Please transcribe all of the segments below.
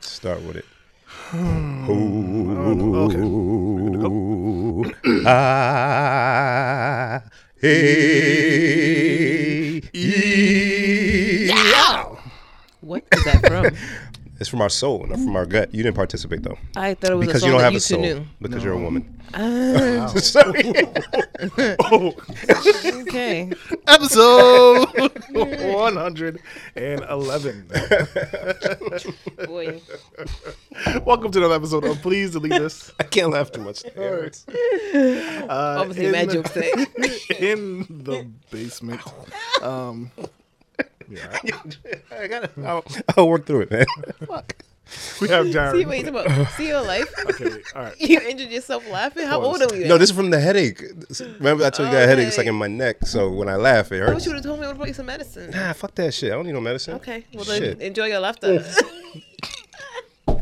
start with it. Hmm. Oh, Ah, hey, yeah. What is that from? It's from our soul, not from our gut. You didn't participate though, I thought it was because a you Oh, don't song that have you a two soul. knew. Oh. Because you're a woman. Sorry. Okay. Episode 111. Boy. Welcome to another episode of Please Delete This. I can't laugh too much. Uh, Obviously, in- mad jokes today. in the basement. Um, yeah, I gotta. I'll, I'll work through it, man. we have Darren. See, wait, about see your life. Okay, wait, all right. You injured yourself laughing. How old are we? No, this is from the headache. Remember, I told you I got a headache. It's like Okay. in my neck. So when I laugh, it I wish hurts. you would have told me. I would have brought you some medicine. Nah, fuck that shit. I don't need no medicine. Okay. Well, then Shit. enjoy your laughter. I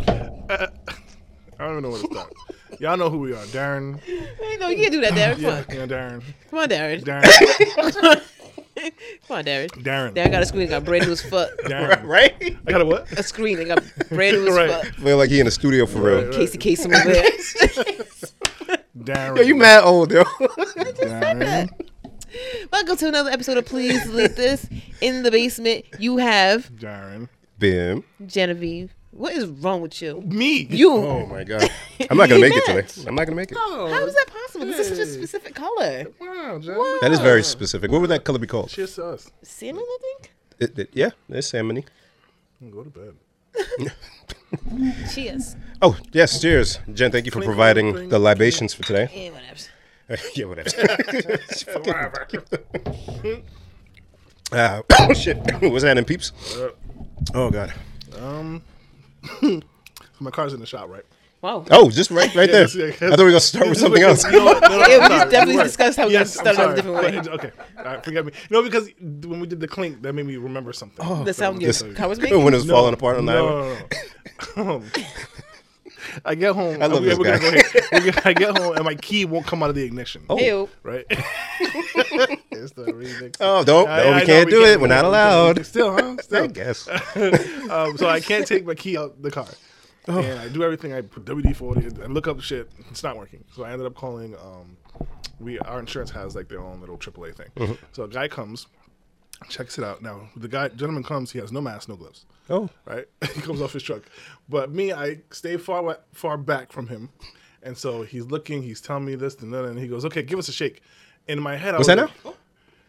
don't even know where to start. Y'all know who we are. Darren. Hey, no, you can't do that, Darren. Come Yeah, on. yeah Darren. Come on, Darren. Darren. Come on, Darren. Darren. Darren got a screen. Got brand new as fuck. Darren. Right? I got a what? A screen. They got brand new as Right. fuck. Feel like he in the studio for real. Right. Casey Kasem over there. Darren. Yo, you mad old, yo. Darren. Welcome to another episode of Please Delete This. In the basement, you have Darren. Bim. Genevieve. What is wrong with you? Me. You. Oh my god. I'm not gonna make it today. I'm not gonna make it. How is that possible? This is such a specific color. Wow, Darren. That is very specific. What would that color be called? Cheers to us. Salmon, I think. It, it- yeah, it's salmon. Go to bed. Cheers. Oh yes, cheers, Jen. Thank you for providing the libations for today. Yeah, Eh, whatever. yeah, whatever. It's fucking- Ah, oh shit, was that in peeps? Uh, Oh god. Um, My car's in the shop, right? Wow. Oh, just right, right there. I Yes, yes. thought we were gonna start with something else. You know what? No, no, Yeah, we I'm just sorry. definitely You're right. discussed how we Yes, started I'm out a different sorry. way. I- okay, all right, forget me. No, because when we did the clink, that made me remember something. Oh, The sound your This- car was making. when it was falling apart on the no, highway. no, no. Um, I get home. I love we- this we're gonna guy. go ahead. We're gonna- I get home and my key won't come out of the ignition. Oh, Ew. right. it's the remix. Oh, don't, I- no, I we know can't do it. We're not we can't. allowed. Still, huh? I Still. guess. um, so I can't take my key out the car. And I do everything. I put WD forty. I look up shit. It's not working. So I ended up calling. Um, we our insurance has like their own little AAA thing. So a guy comes, checks it out. Now the guy gentleman comes. He has no mask, no gloves. Oh. Right, he comes off his truck, but me, I stay far wa- far back from him, and so he's looking. He's telling me this and that, and he goes, "Okay, give us a shake." In my head, I What's was that like, now?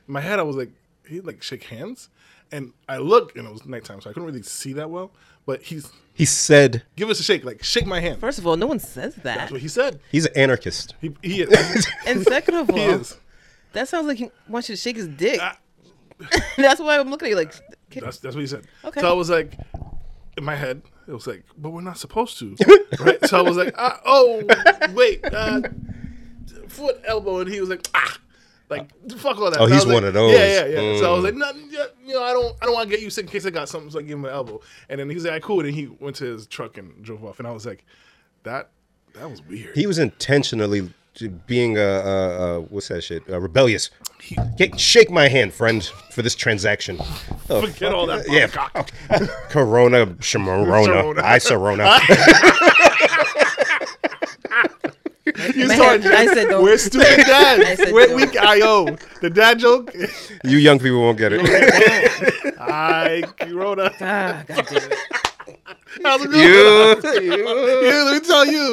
in my head, I was like, he like shake hands, and I look, and it was nighttime, so I couldn't really see that well. But he's He said give us a shake, like shake my hand. First of all, no one says that. That's what he said. he's an anarchist. He, he is. And second of he all, is. that sounds like he wants you to shake his dick. Ah. That's why I'm looking at you like, "Kid, That's that's what he said. Okay. So I was like, in my head, it was like, but we're not supposed to, right? So I was like, ah, oh wait, uh, foot elbow, and he was like, ah. Like fuck all that. Oh, And I he's was like, one of those. Yeah, yeah, yeah. So I Mm. was like, nothing. yeah, You know, I don't, I don't want to get you sick in case I got something. So I gave him an elbow, and then he was like, cool. And he went to his truck and drove off. And I was like, that, that was weird. He was intentionally j- being a, a, a what's that shit? A rebellious. Get, shake my hand, friend, for this transaction. Oh, Forget all that. yeah. poppycock. Corona, Shamarona, Sharona. I Sorona. You My saw hand- I said don't. We're stupid I dads. said We're don't. weak IO. The dad joke. you young people won't get it. I Corona. ah, God damn it. How's it going? you, you. Yeah, let me tell you.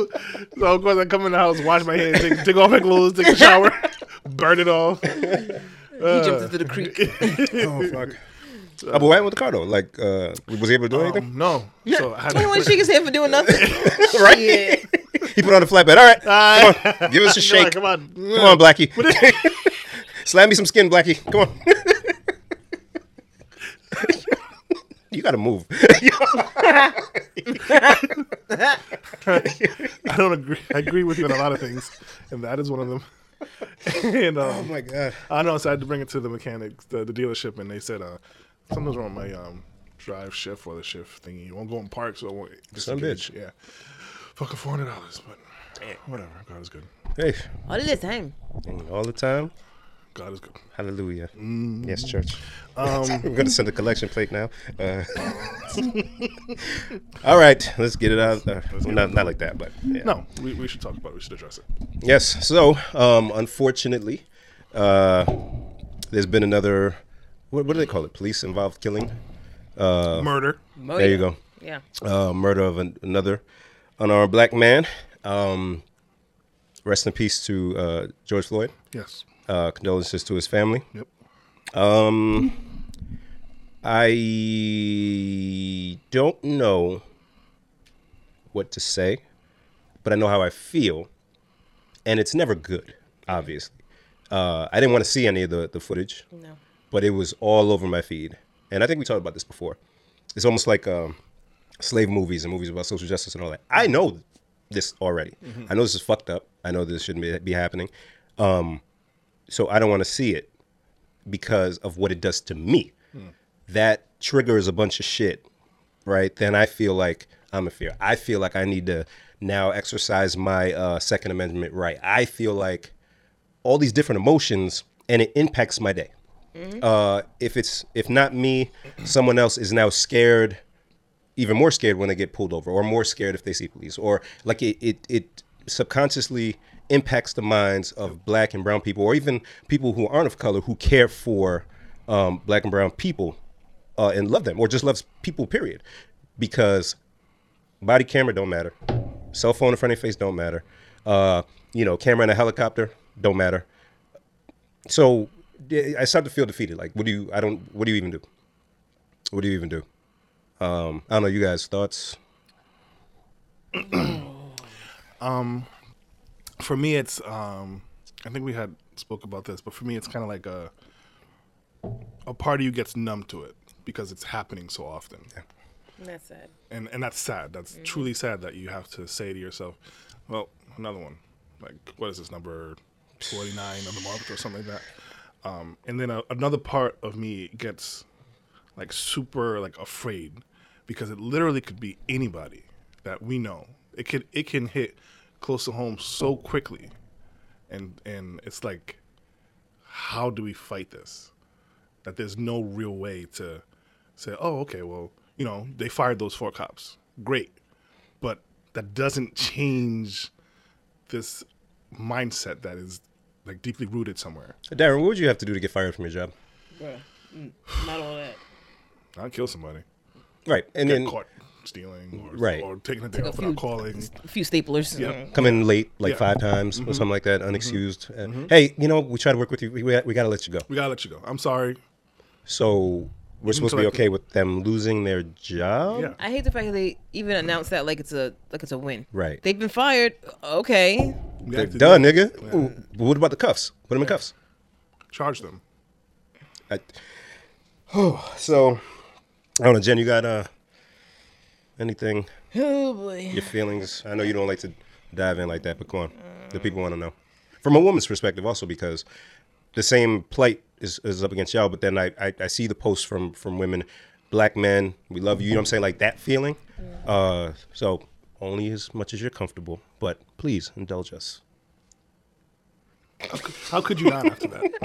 So of course I come in the house, wash my hands, take, take off my clothes, take a shower, burn it all. He Uh. jumped into the creek. Oh fuck. Uh, but why with the car though? Like, uh, was he able to do anything? Um, no. So I had You don't want to shake his hand for doing nothing. Right? Shit. He put on the flatbed. All right, I- come on, give us a No, shake. Come on. Come on, Blackie. Slam me some skin, Blackie. Come on. you gotta move. I don't agree. I agree with you on a lot of things, and that is one of them. and um, Oh my god. I know, so I had to bring it to the mechanics, the, the dealership, and they said uh, something's wrong with my um, drive shift or the shift thingy. It won't go in park, so it won't. Just Some engage. Yeah. Fucking four hundred dollars, but whatever. God is good. Hey, All of the time. all the time. God is good. Hallelujah. Yes, church. I'm going to send a collection plate now. Uh, all right, let's get it out. Uh, not, not like that, but yeah. No, we, we should talk about it. We should address it. Yes. So, um, unfortunately, uh, there's been another. What, what do they call it? Police involved killing. Murder. Oh, there yeah. you go. Yeah. Uh, murder of an, another unarmed black man. Um, rest in peace to uh, George Floyd. Yes. Uh, condolences to his family. Yep. I don't know what to say, but I know how I feel, and it's never good. Obviously, uh, I didn't want to see any of the the footage, No. but it was all over my feed, and I think we talked about this before. It's almost like um, slave movies and movies about social justice and all that. I know this already. I know this is fucked up. I know this shouldn't be, be happening. Um, so I don't want to see it because of what it does to me. That triggers a bunch of shit, right? Then I feel like I'm in fear. I feel like I need to now exercise my uh, Second Amendment right. I feel like all these different emotions, and it impacts my day. Uh, if it's if not me, someone else is now scared, even more scared when they get pulled over, or more scared if they see police, or like it it, it subconsciously impacts the minds of black and brown people, or even people who aren't of color who care for um, black and brown people uh, and love them, or just loves people. Period, because body camera don't matter cell phone in front of your face don't matter uh, you know camera in a helicopter don't matter so yeah, i start to feel defeated like what do you i don't what do you even do what do you even do um, i don't know you guys thoughts For me, it's. um I think we had spoke about this, but for me, it's kind of like a. A part of you gets numb to it because it's happening so often. That's sad. and and that's sad. That's truly sad that you have to say to yourself, "Well, another one." Like, what is this number forty nine of the month or something like that? Um, and then a, another part of me gets like super like afraid because it literally could be anybody that we know. It could it can hit close to home so quickly, and and it's like, how do we fight this? that there's no real way to say, oh, okay, well, you know, they fired those four cops. Great. But that doesn't change this mindset that is like deeply rooted somewhere. darren what would you have to do to get fired from your job Bruh. Mm, Not all that. Not kill somebody. right and Get then caught stealing or, Right. or taking a day off a without few- calling. A few staplers. Yeah. come in late like Yeah. Mm-hmm. five times or something like that unexcused Uh, hey you know we try to work with you we, we gotta let you go We gotta let you go. I'm sorry. so we're supposed to be like- okay with them losing their job Mm-hmm. Yeah. Um, I hate the fact that they even announce that like it's a like it's a win. Right. They've been fired. Okay. We They're have to done, do- nigga. Ooh, but what about the cuffs? Put them in cuffs. Charge them. I, so, I don't know, Jen. You got uh anything? Oh boy. Your feelings? I know you don't like to dive in like that, but come on, the people want to know from a woman's perspective, also because the same plight is, is up against y'all. But then I, I I see the posts from from women, black men. We love you. You know what I'm saying? Like that feeling. Uh, so only as much as you're comfortable, but please indulge us. How could you not after that?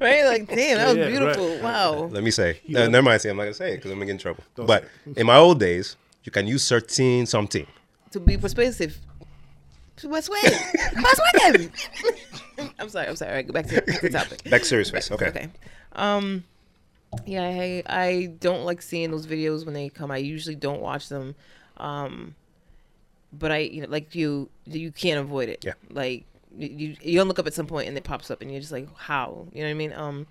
Right? Like damn, that was Yeah, right. beautiful. Wow. Let me say. No, never mind. Say I'm not gonna say it because I'm gonna get in trouble. Don't but say in my old days, you can use certain something. To be persuasive. Persuade. Persuade. I'm sorry. I'm sorry. All right, go back to, back to the topic. Back serious face. Okay. Okay. Um yeah, I I don't like seeing those videos when they come. I usually don't watch them. Um but I you know like you you can't avoid it. Yeah. Like you you don't look up at some point and it pops up and you're just like how? You know what I mean? Um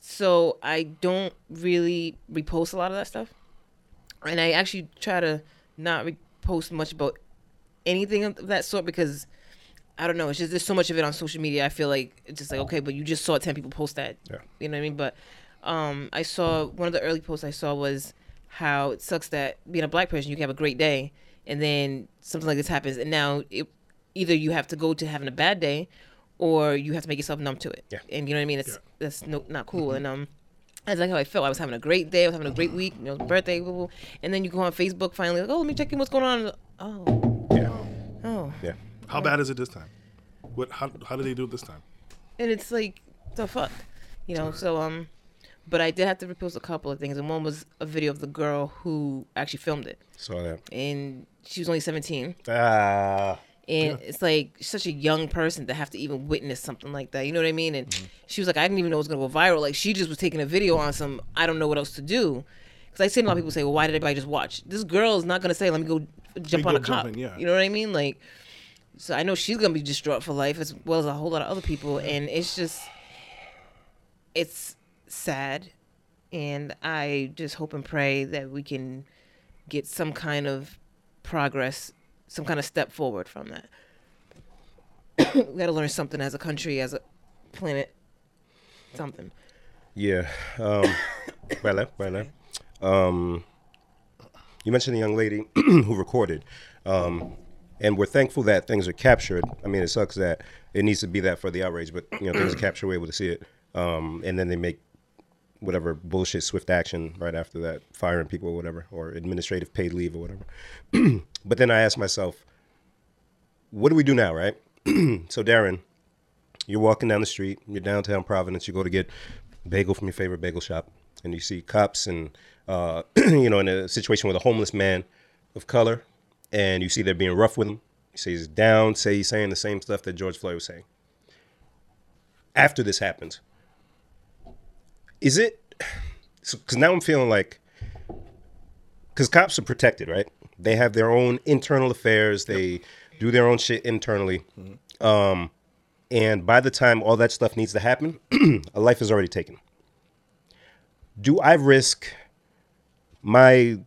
so I don't really repost a lot of that stuff. And I actually try to not repost much about anything of that sort because I don't know. It's just there's so much of it on social media. I feel like it's just like okay, but you just saw ten people post that. Yeah. You know what I mean? But um, I saw one of the early posts I saw was how it sucks that being a black person you can have a great day and then something like this happens and now it, either you have to go to having a bad day or you have to make yourself numb to it. Yeah. Mm-hmm. And you know what I mean? It's Yeah. that's no, not cool. And um, that's like how I felt. I was having a great day. I was having a great week. You know, birthday. Blah, blah. And then you go on Facebook finally. Like, oh, let me check in. What's going on? Oh, Yeah. oh. Yeah. How bad is it this time? What? How, how did they do it this time? and it's like the fuck, you know. So um, but I did have to repost a couple of things, and one was a video of the girl who actually filmed it, Saw that. and she was only 17, Ah. and it's like such a young person to have to even witness something like that. You know what I mean? And she was like, I didn't even know it was gonna go viral. Like she just was taking a video on some. I don't know what else to do. Because I seen a lot of people say, well, why did everybody just watch? This girl is not gonna say, let me go jump go on a cop. jumping, yeah. You know what I mean? Like, so I know she's gonna be distraught for life as well as a whole lot of other people, and it's just, it's sad, and I just hope and pray that we can get some kind of progress, some kind of step forward from that. we gotta learn something as a country, as a planet, something. Yeah. Um, right left, right left. Um, you mentioned the young lady who recorded, um, and we're thankful that things are captured. I mean, it sucks that it needs to be that for the outrage, but you know, things are captured. We're able to see it, um, and then they make whatever bullshit swift action right after that, firing people or whatever, or administrative paid leave or whatever. but then I ask myself, what do we do now, right? so, Darren, you're walking down the street, you're downtown Providence, you go to get bagel from your favorite bagel shop, and you see cops and uh, you know in a situation with a homeless man of color, and you see they're being rough with him. You say he's down, say he's saying the same stuff that George Floyd was saying. After this happens, is it? Because now I'm feeling like, because cops are protected, right? They have their own internal affairs. They do their own shit internally. And by the time all that stuff needs to happen, a life is already taken. Do I risk my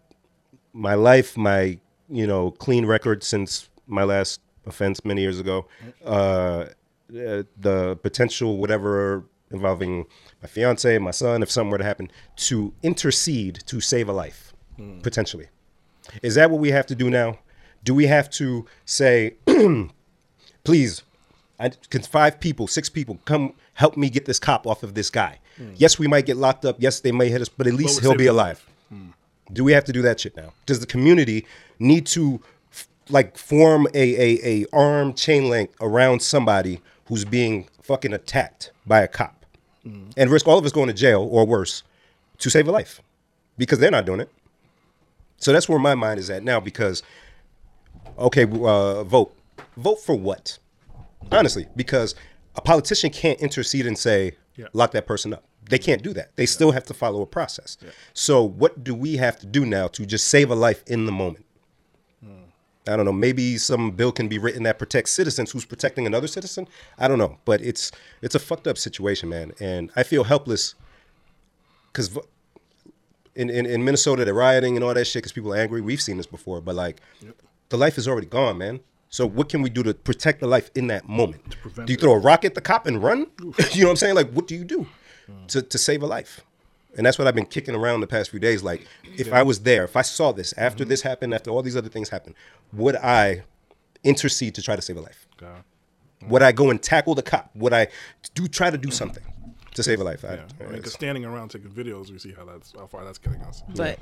my life, my you know clean record since my last offense many years ago, uh, uh, the potential whatever involving my fiance, my son, if something were to happen, to intercede to save a life potentially? Is that what we have to do now? Do we have to say? please I, can five people six people come help me get this cop off of this guy yes we might get locked up yes they may hit us but at least we're he'll be saving alive do we have to do that shit now does the community need to f- like form a, a, a arm chain link around somebody who's being fucking attacked by a cop and risk all of us going to jail or worse to save a life because they're not doing it so that's where my mind is at now because okay, uh, vote. Vote for what? Honestly, because a politician can't intercede and say, Yeah. lock that person up. They can't do that. They still have to follow a process. So, what do we have to do now to just save a life in the moment? I don't know. Maybe some bill can be written that protects citizens who's protecting another citizen. I don't know, but it's it's a fucked up situation, man. And I feel helpless because in, in, in Minnesota, they're rioting and all that shit because people are angry. We've seen this before, but like, the life is already gone, man. So what can we do to protect the life in that moment? prevent Do you throw a rock at the cop and run? you know what I'm saying? Like, what do you do Hmm. to, to save a life? And that's what I've been kicking around the past few days. Like, if I was there, if I saw this after Mm-hmm. this happened, after all these other things happened, would I intercede to try to save a life? God. Mm-hmm. Would I go and tackle the cop? Would I do try to do something to save a life? I, Yeah, I mean, 'cause it's- standing around taking videos, we see how that's how far that's getting us. But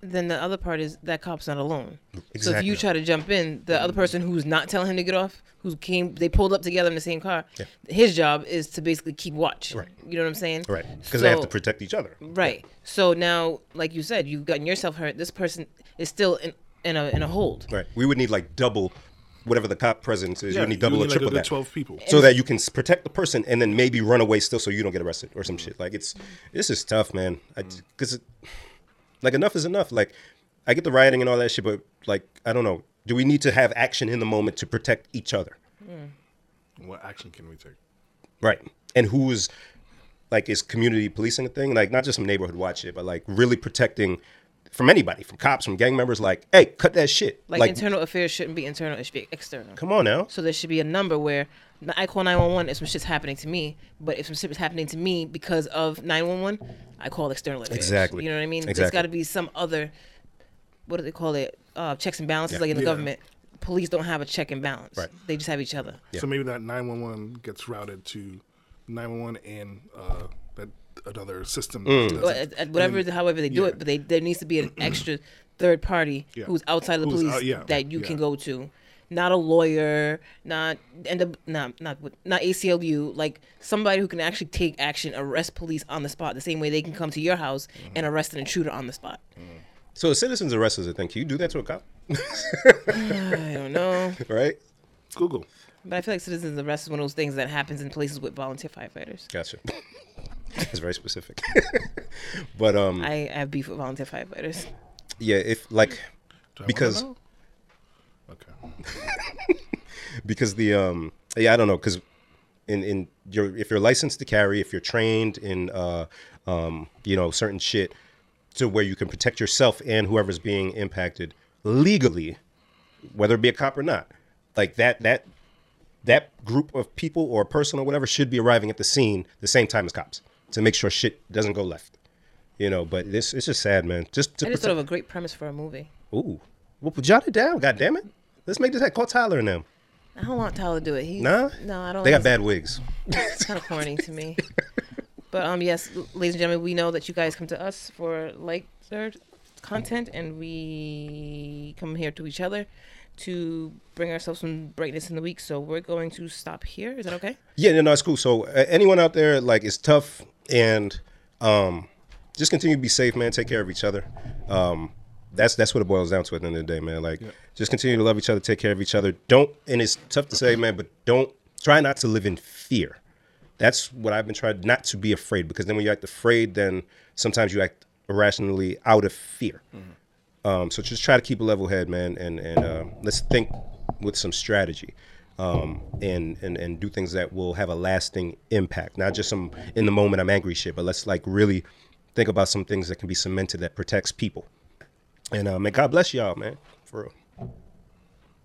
then the other part is that cop's not alone. So if Exactly. you try to jump in, the other person who's not telling him to get off, who came, they pulled up together in the same car. His job is to basically keep watch. Right. You know what I'm saying? right, because they have to So- protect each other. Right. So now, like you said, you've gotten yourself hurt. This person is still in, in a in a hold. Right. We would need like double, whatever the cop presence is. you would need double you or need like a triple good that, Twelve people. so that you can s- protect the person and then maybe run away still, so you don't get arrested or some shit. Like it's this is tough, man. Mm. Because like enough is enough. Like I get the rioting and all that shit, but like I don't know. Do we need to have action in the moment to protect each other? What action can we take? Right. And who is like is community policing a thing? Like not just some neighborhood watch shit, but like really protecting from anybody, from cops, from gang members. Like, hey, cut that shit. Like, internal affairs shouldn't be internal; it should be external. come on now. So there should be a number where n- I call 911 if some shit's happening to me, but if some shit was happening to me because of 911, I call external affairs. Exactly. You know what I mean? There's Exactly. got to be some other, what do they call it? Uh, checks and balances, Yeah. like in the Yeah. government. Police don't have a check and balance. Right. They just have each other. Yeah. So maybe that nine one one gets routed to nine one one and uh, that another system. Mm. that does Well, it. at, at whatever, however they do yeah. it, but they, there needs to be an extra third party Yeah. who's outside of the Who's police out- yeah, that you can yeah. go to not a lawyer, not end up not not with- not ACLU, like somebody who can actually take action, arrest police on the spot, the same way they can come to your house Mm-hmm. and arrest an intruder on the spot. So a citizen's arrest is a thing. Can you do that to a cop? Mm-hmm. I don't know, right? Google. but I feel like citizens arrest is one of those things that happens in places with volunteer firefighters. Gotcha. It's very specific. but um, I I have beef with volunteer firefighters. yeah, if like Do I wanna Because- know? Okay. because the um yeah I don't know because in in your if you're licensed to carry if you're trained in uh um you know certain shit to where you can protect yourself and whoever's being impacted legally whether it be a cop or not like that that that group of people or person or whatever should be arriving at the scene the same time as cops to make sure shit doesn't go left you know but this it's just sad man just to That is protect sort of a great premise for a movie. ooh well jot it down god damn it let's make this head call Tyler and them I don't want Tyler to do it. He, nah no, I don't. they got like- bad wigs It's kind of corny to me. But um, yes, l- ladies and gentlemen, we know that you guys come to us for like third content, and we come here to each other to bring ourselves some brightness in the week. So we're going to stop here. Is that okay? Yeah, no, no, it's cool. So uh, anyone out there, like, it's tough, and um, just continue to be safe, man. Take care of each other. Um, that's that's what it boils down to at the end of the day, man. Like, just continue to love each other, take care of each other. Don't, and it's tough to say, man, but don't try not to live in fear. That's what I've been trying not to be afraid, because then when you act afraid, then sometimes you act irrationally out of fear. Um, so just try to keep a level head, man, and and uh, let's think with some strategy, um, and and and do things that will have a lasting impact. Not just some in the moment I'm angry shit, but let's like really think about some things that can be cemented that protects people. And um, and God bless y'all, man. For real.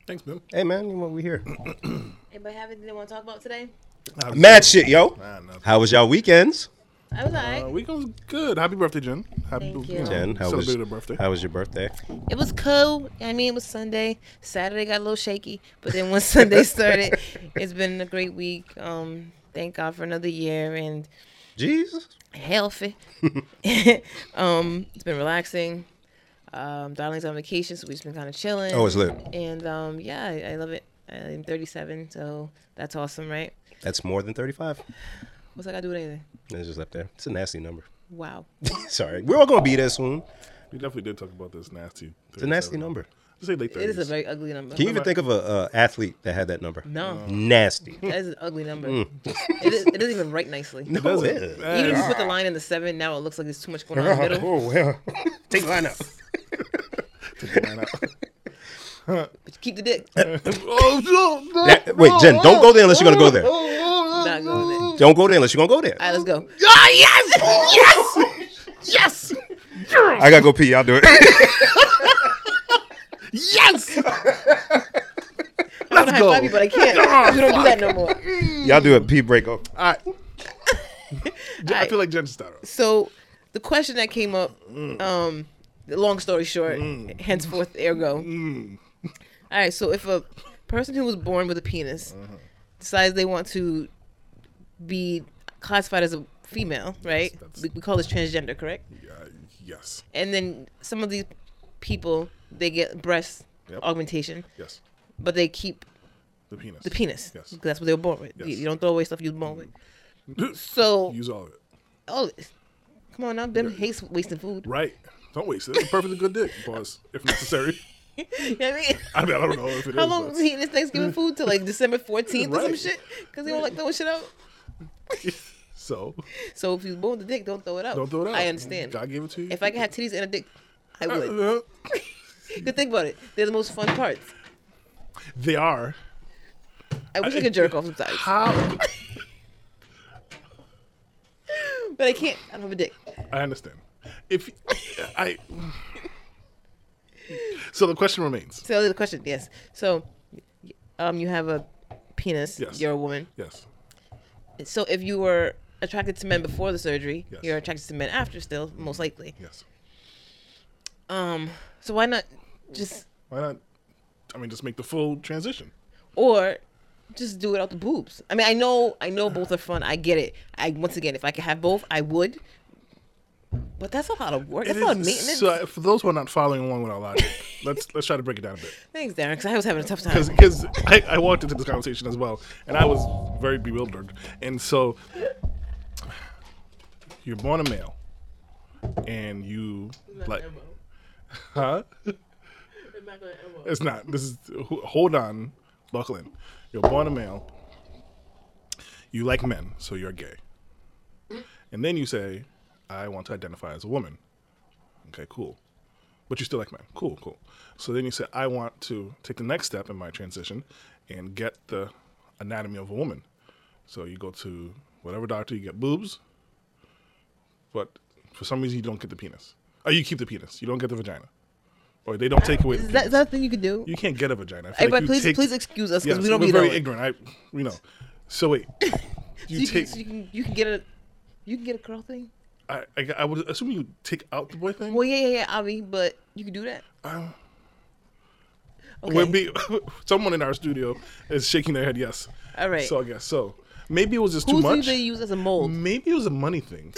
Thanks, Bill. Hey, man, you know, we here. Anybody have anything they want to talk about today? Mad shit, yo. Nah, nothing. How was y'all weekends? I was alright. Uh, week was good. Happy birthday, Jen. Happy Thank b- you. know, Jen, how was celebrated her birthday. How was your birthday? It was cool. I mean, it was Sunday. Saturday got a little shaky, but then once Sunday started, it's been a great week. Um, thank God for another year and Jesus. healthy. um, it's been relaxing. Um, darling's on vacation, so we've just been kind of chilling. Oh, it's lit. and um, yeah, I, I love it. I'm 37, so that's awesome, right? That's more than 35. What's I gotta do with anything? It's just up there. It's a nasty number. Wow. Sorry, we're all gonna be there soon. We definitely did talk about this nasty. It's a nasty number. Just say late It is a 30s. very ugly number. Can you even Mm. think of a uh, athlete that had that number? No, Nasty. that is an ugly number. it, is, it doesn't even write nicely. Mm. No, doesn't. it is. Uh, Even if you put the line in the seven, now it looks like there's too much going on in the middle. Oh well. Take line up. But keep the dick. oh, no, no, That- wait, Jen, don't go there unless you're gonna go there. Not going there. All Don't go there unless you're gonna go there. right, let's go. Yes! I gotta go pee. I'll do it. Yes! I want to high go. five you, but I can't. We don't do that no more. Y'all do a pee break. Oh, All right. Jen, I right. feel like Jen's started. so the question that came up Mm. um long story short henceforth ergo Mm. all right so if a person who was born with a penis Uh-huh. decides they want to be classified as a female right That's- we, we call this transgender correct Uh, yes. and then some of these people they get breast Yep. augmentation Yes. but they keep The penis. the penis Yes. because that's what they were born with You- Yes. Mm. you don't throw away stuff you were born with so Use all of it. oh come on now ben hates wasting food Right. Don't waste it. It's a perfectly good dick. Pause. If necessary. you know what i mean I mean, I don't know if it is. How long was but- he eating his Thanksgiving food till like December 14th or some Right. shit? Because he don't like throwing shit out. So, So if you bone the dick, don't throw it out. don't throw it out. I understand. God gave it to you. If I could have titties and a dick, I would. Uh, Good think about it. They're the most fun parts. they are. I wish I could jerk off sometimes, How? but I can't. I don't have a dick. I understand. If I. So the question remains. So the question, yes. So, um, you have a penis. Yes. You're a woman. Yes. So if you were attracted to men before the surgery, Yes. you're attracted to men after, still most likely. Yes. Um, so why not just Why not? I mean, just make the full transition. or just do it out the boobs. I mean, I know, I know both are fun. I get it. I once again, if I could have both, I would. But that's a lot of work. That's It a lot of is- maintenance. So, for those who are not following along with our logic, let's let's try to break it down a bit. Thanks, Darren, because I was having a tough time. because I, I walked into this conversation as well, and I was very bewildered. And so, you're born a male, and you like, huh? It's not. This is ho- hold on, buckle in. You're born a male. You like men, so you're gay. And then you say, I want to identify as a woman. Okay, cool but you still like men. Cool, cool. So then you say, I want to take the next step in my transition and get the anatomy of a woman. So you go to whatever doctor, you get boobs, but for some reason you don't get the penis. Oh, you keep the penis. You don't get the vagina, or they don't take away the Is penis. that, is that a thing you could do? you can't get a vagina. I feel Hey, like but you please, take- please excuse us because Yes, we don't we're really very know. it. ignorant. I, we know. So wait, you, you, take. can, you can you can get a you can get a curl thing. I, I, I would assume you take out the boy thing. Well, yeah, yeah, yeah, Avi, but you can do that. Okay. Um, Would be someone in our studio is shaking their head yes. All right. So I guess so. Maybe it was just too Who's do much. Mm. they use as a mold? Maybe it was a money thing.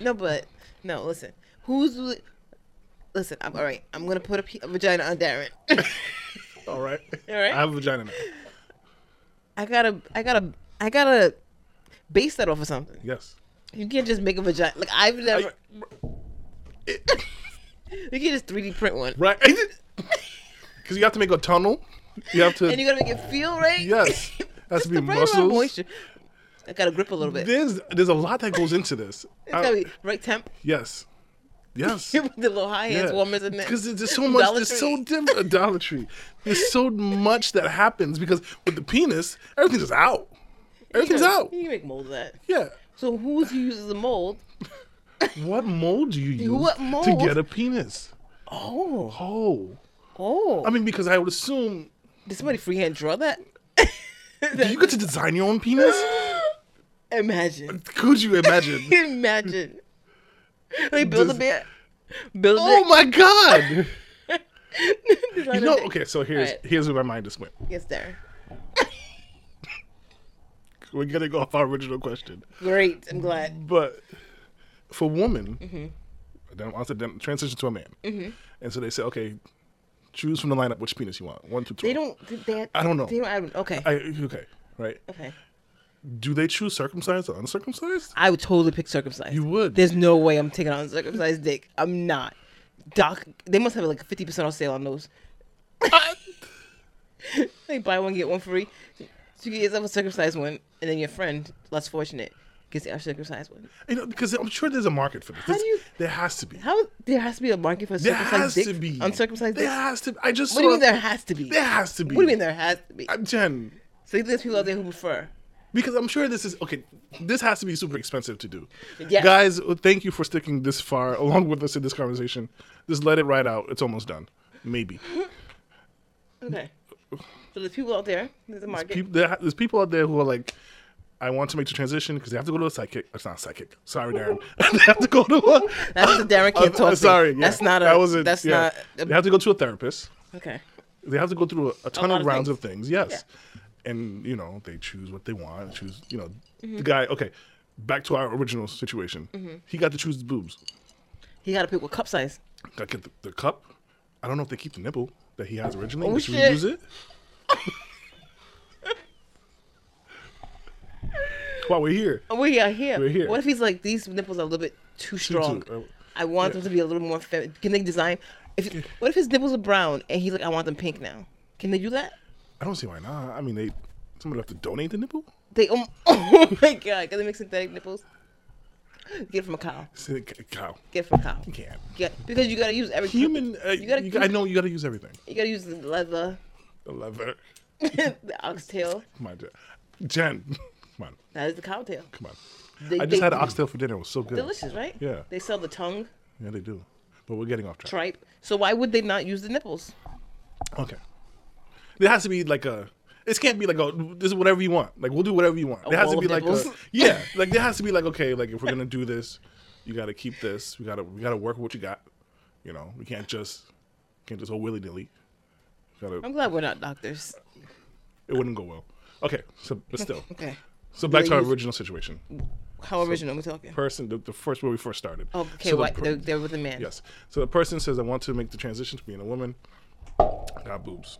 no, but no. Listen, who's do they- listen? I'm all right. I'm gonna put a, pe- a vagina on Darren. All right. All right. I have a vagina now. I gotta, I gotta, I gotta base that off of something. Yes. You can't just make a vagina. Like I've never. It- you can't just 3D print one, right. Because you have to make a tunnel. You have to. and you gotta make it feel right. yes. Has to be the right amount of muscles. moisture. I gotta grip a little bit. There's there's a lot that goes into this. It's I- gotta be right temp. yes. Yes. With the little high hands warmers in there. Because there's so much. Dollar there's so Tree. different. Dollar Tree. There's so much that happens because with the penis, everything's just out. Everything's You know, out. You can make mold of that. Yeah. So who's who uses the mold? What mold do you use What to mold? get a penis? Oh, Oh. oh! I mean, because I would assume Did somebody freehand draw that? do you get to design your own penis. Imagine, Could you imagine? imagine. They build a Does- bit, build oh it. my god. design You a know, dick. okay, so here's Alright. here's where my mind just went. Yes, there. We're getting off our original question. Great. I'm glad. But for women, Mm-hmm. then also then transition to a man. And so they say, okay, choose from the lineup which penis you want. One, two, three. They don't. They, I don't know. They don't. add- Okay. I, okay, right? okay. Do they choose circumcised or uncircumcised? I would totally pick circumcised. You would. There's no way I'm taking on circumcised dick. I'm not. Doc, they must have like a fifty percent off sale on those. they buy one get one free. So you get yourself a circumcised one, and then your friend, less fortunate, gets the uncircumcised one. You know, because I'm sure there's a market for this. How do you- there has to be. How there has to be a market for There circumcised has dick? to be. Uncircumcised There dick. has to. I just. what do you saw- mean there has to be? There has to be. What do you mean there has to be? I'm Jen, So you think there's people out there who prefer. because I'm sure this is okay. This has to be super expensive to do. Yes. Guys, thank you for sticking this far along with us in this conversation. Just let it ride out. It's almost done. Maybe. Okay. So there's people out there. There's a market. Peop- there ha- there's people out there who are like, I want to make the transition because they have to go to a psychic. It's not a psychic. Sorry, Darren. they have to go to a. That's what Darren can't Uh, talk to. sorry, yeah. That's not a. That wasn't- that's yeah. not. they have to go to a therapist. A, okay. They have to go through a, a ton lot of, of rounds things. of things. Yes, and you know they choose what they want. Choose you know Mm-hmm. the guy. Okay, back to our original situation. He got to choose his boobs. He got to pick what cup size. Got to get the, the cup. I don't know if they keep the nipple that he has originally. Oh, Oh, should shit. use it. While we're here, Oh, we are here. We're here. What if he's like these nipples are a little bit too strong? too, uh, I want them to be a little more. Fem- can they design? If what if his nipples are brown and he's like, I want them pink now? Can they do that? I don't see why not. I mean, they somebody have to donate the nipple. They um, oh my god! Can they make synthetic nipples? Get it from a cow. Say, c- Cow Get it from a cow. can't. Get, because you gotta use every Human, uh, You gotta you- I know you gotta use everything. You gotta use the leather, The leather. the oxtail. Come on, Jen. Jen. Come on, That is the cowtail. come on. They, I just they- had an oxtail for dinner. It was so good. Delicious, right? Yeah. They sell the tongue. Yeah, they do. But we're getting off track. tripe. So why would they not use the nipples? Okay. There has to be like a. This can't be like a. This is whatever you want. Like we'll do whatever you want. There has wall to of be like nipples. a. Yeah. Like there has to be like okay. Like if we're gonna do this, you gotta keep this. We gotta we gotta work with what you got. You know we can't just can't just go willy nilly. Gotta. I'm glad we're not doctors. It wouldn't go well. Okay. So but still. Okay. So back to our Please. original situation. How original are we talking? Person, the, the first where we first started. So Okay, the white, per- they're, they're with a man. Yes. So the person says, I want to make the transition to being a woman. Got boobs.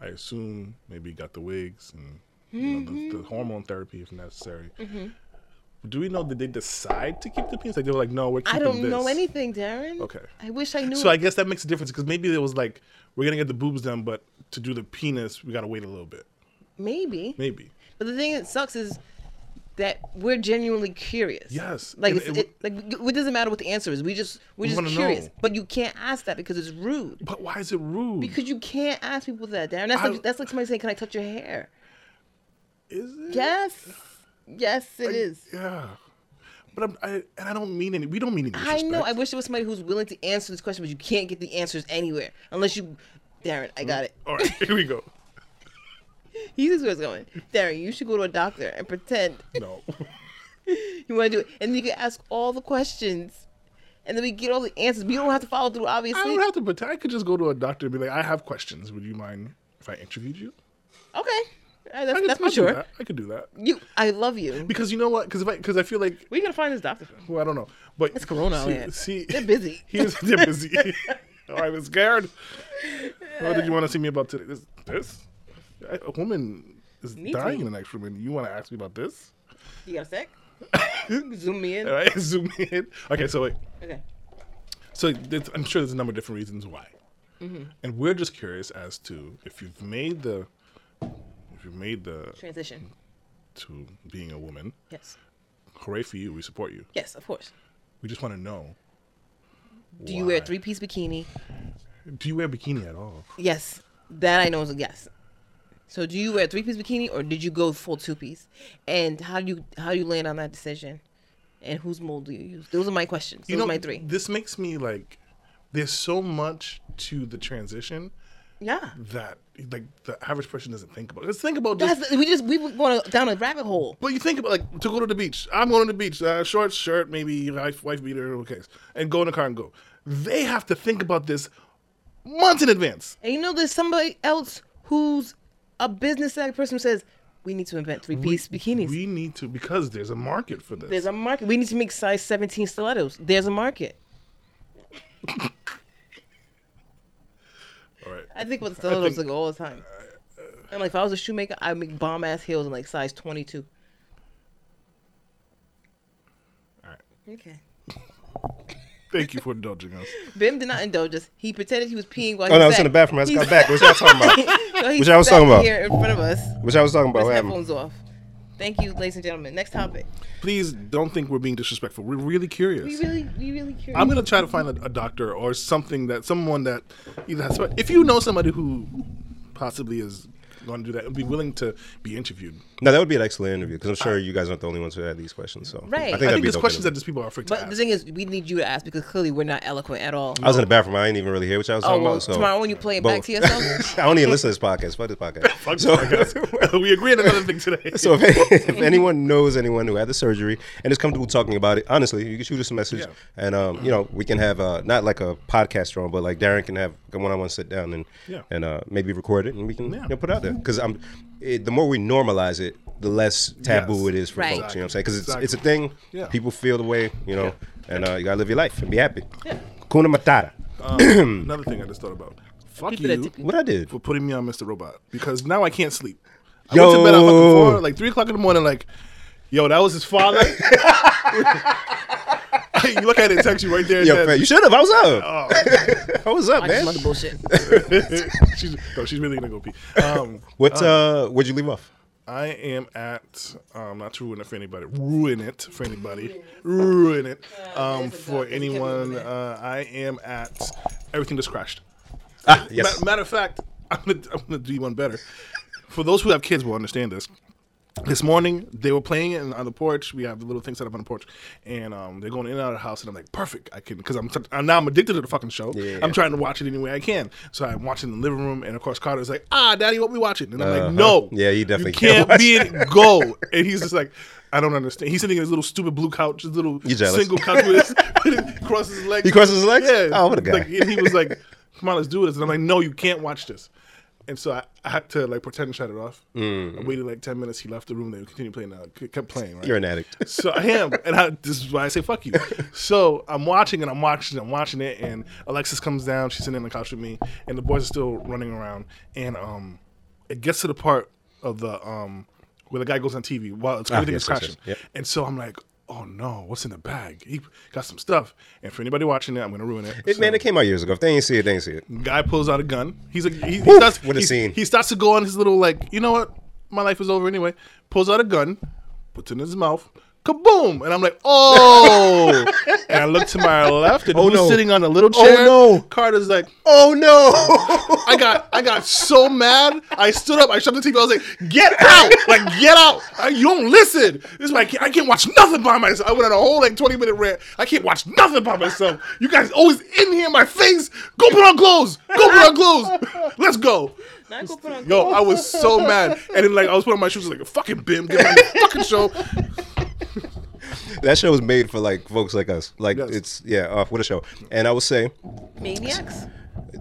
I assume maybe got the wigs and you know, Mm-hmm. the, the hormone therapy if necessary. Do we know did they decide to keep the penis? Like they were like, no, we're keeping I don't know this." anything, Darren. Okay. I wish I knew. So I guess that makes a difference because maybe it was like, we're gonna get the boobs done, but to do the penis, we gotta wait a little bit. Maybe. Maybe. But the thing that sucks is that we're genuinely curious. Yes. Like And it's, it it, like it doesn't matter what the answer is. We just we're We just wanna curious. know. But you can't ask that because it's rude. But why is it rude? Because you can't ask people that, Darren. That's I- like, that's like somebody saying, "Can I touch your hair?" is it? Yes. Yes, it is. Yeah. But I'm, I and I don't mean any. We don't mean any. I know. disrespect. I wish there was somebody who's willing to answer this question, but you can't get the answers anywhere unless you, Darren. I got it. All right, here we go. He knows where it's going. Darren, you should go to a doctor and pretend No. you want to do it, and you can ask all the questions, and then we get all the answers. But you don't have to follow through, I obviously. don't have to pretend. I could just go to a doctor and be like, I have questions. Would you mind if I interviewed you? Okay, Uh, I that's, could, that's I'll do mature. that. I could do that. You, I love you. Because you know what? Because I, because I feel like, Where you gonna find this doctor? from? well, I don't know. But It's Corona out here. See, They're busy. Here's, they're busy. oh, I was scared. What did you want to see me about today? This? this? I- A woman is Me dying too. in the next room, and you want to ask me about this? You got a sec? Zoom me in. And I zoom in. Okay, so wait. Okay. So there's- I'm sure there's a number of different reasons why, Mm-hmm. and we're just curious as to if you've made the, if you've made the Transition. to being a woman. Yes. Hooray for you! We support you. Yes, of course. We just want to know. Do you wear a why. three-piece bikini? Do you wear bikini at all? Yes, that I know is a yes. So, do you wear a three-piece bikini or did you go full two-piece? And how do you how do you land on that decision? And whose mold do you use? Those are my questions. Those you know, are my three. This makes me like. There's so much to the transition Yeah. that like the average person doesn't think about. Let's think about just. That's, we just we were going down a rabbit hole. But you think about like to go to the beach. I'm going to the beach. Uh, shorts, shirt, maybe wife, wife beater, okay, and go in the car and go. They have to think about this months in advance. And you know, there's somebody else who's a business savvy person who says we need to invent three-piece bikinis. We need to because there's a market for this. there's a market. We need to make size 17 stilettos. There's a market. All right. I think about stilettos think- like all the time. And like if I was a shoemaker, I'd make bomb ass heels in like size 22. All right. Okay. Thank you for indulging us. Bim did not indulge us. He pretended he was peeing while he Oh was no, I was back. in the bathroom. I just He's- got back. What y'all talking about? so he's Which I was back talking about. here in front of us. What y'all was talking about? His What happened? headphones off. Thank you, ladies and gentlemen. Next topic. Please don't think we're being disrespectful. We're really We curious. really, we really curious. I'm gonna try to find a, a doctor or something that someone that either has. If you know somebody who possibly is going to do that, and be willing to be interviewed. No, that would be an excellent interview because I'm sure you guys aren't the only ones who had these questions. So Uh, Right. I think I that'd I be think there's dope questions that interview. these people are afraid to but the ask. thing is, we need you to ask because clearly we're not eloquent at all. I was in the bathroom. I didn't even really hear what y'all was oh, talking well, about. So tomorrow when you play it back But- to yourself, I don't even listen to this podcast. Fuck this podcast. Fuck so, this podcast. we agree on another thing today. so if, if anyone knows anyone who had the surgery and is comfortable talking about it, honestly, you can shoot us a message, Yeah. and um, you know we can have uh, not like a podcast on, but like Darren can have a one-on-one sit down and Yeah. and uh, maybe record it, and we can Yeah. Mm-hmm. you know, put it out there because I'm. It, the more we normalize it, the less taboo Yes. it is for Right. folks. You know what I'm saying? Because it's, it's a Exactly. thing. Yeah. People feel the way, you know, and uh, you gotta live your life and be happy. Yeah. Kuna matata. Um, another thing I just thought about. Fuck People that you dip- What I did? for putting me on Mr. Robot because now I can't sleep. I went Yo. to bed at fucking four, like three o'clock in the morning. Like, yo, that was his father. you look at it, text you right there. Yo, and fam, then, you should have. I was Oh, up. I was up, I just man. love the bullshit. she's, no, she's really gonna go pee. Um, What? Uh, where'd you leave off? I am at um, not to ruin it for anybody. Ruin it for anybody. Ruin it um, for anyone. Uh, I am at everything just crashed. Ah, yes. Ma- matter of fact, I'm gonna, I'm gonna do you one better. For those who have kids, will understand this. This morning they were playing it on the porch. We have the little thing set up on the porch, and um, they're going in and out of the house. And I'm like, perfect, I can because I'm, I'm now I'm addicted to the fucking show. Yeah. I'm trying to watch it any way I can. So I'm watching in the living room, and of course Carter's like, ah, daddy, what we watching? And I'm Uh. like, no, Yeah, you definitely can't, can't watch be in go. And he's just like, I don't understand. He's sitting in his little stupid blue couch, his little You jealous. single couch with his, crosses his legs. He crosses his legs? Yeah. Oh, what a guy. Like, and he was like, "Come on, let's do this." And I'm like, "No, you can't watch this." And so I, I had to like pretend to shut it off. I waited like ten minutes. He left the room. They continued playing. Now kept playing. Right. Mm. You're an addict. So I am, and I, this is why I say fuck you. So I'm watching and I'm watching and I'm watching it, and Alexis comes down. She's sitting on the couch with me, and the boys are still running around. And um, it gets to the part of the um where the guy goes on TV while it's, everything Ah, yes, is yes, crashing. yes. Yep. And so I'm like, oh no, what's in the bag? He got some stuff. And for anybody watching it, I'm gonna ruin it. It, So- man, it came out years ago. If they ain't see it, they ain't see it. Guy pulls out a gun. He's like, he, he Woo! starts. What a he- scene. He starts to go on his little like, you know what? My life is over anyway. Pulls out a gun, puts it in his mouth. Kaboom! And I'm like, oh! and I look to my left, and Oh, who's no. sitting on a little Oh, chair? no. Carter's like, Oh no! I got, I got so mad. I stood up, I shut the TV. I was like, get out! Like, get out! I, you don't listen. This is why I can't, I can't watch nothing by myself. I went on a whole like 20 minute rant. I can't watch nothing by myself. You guys always in here in my face. Go put on clothes. Go put on clothes. Let's go. Not go put on Yo, I was so mad. And then like I was putting on my shoes like fucking bim, get on the fucking show. that show was made for like folks like us. Like Yes. it's yeah, uh, what a show. And I would say maniacs.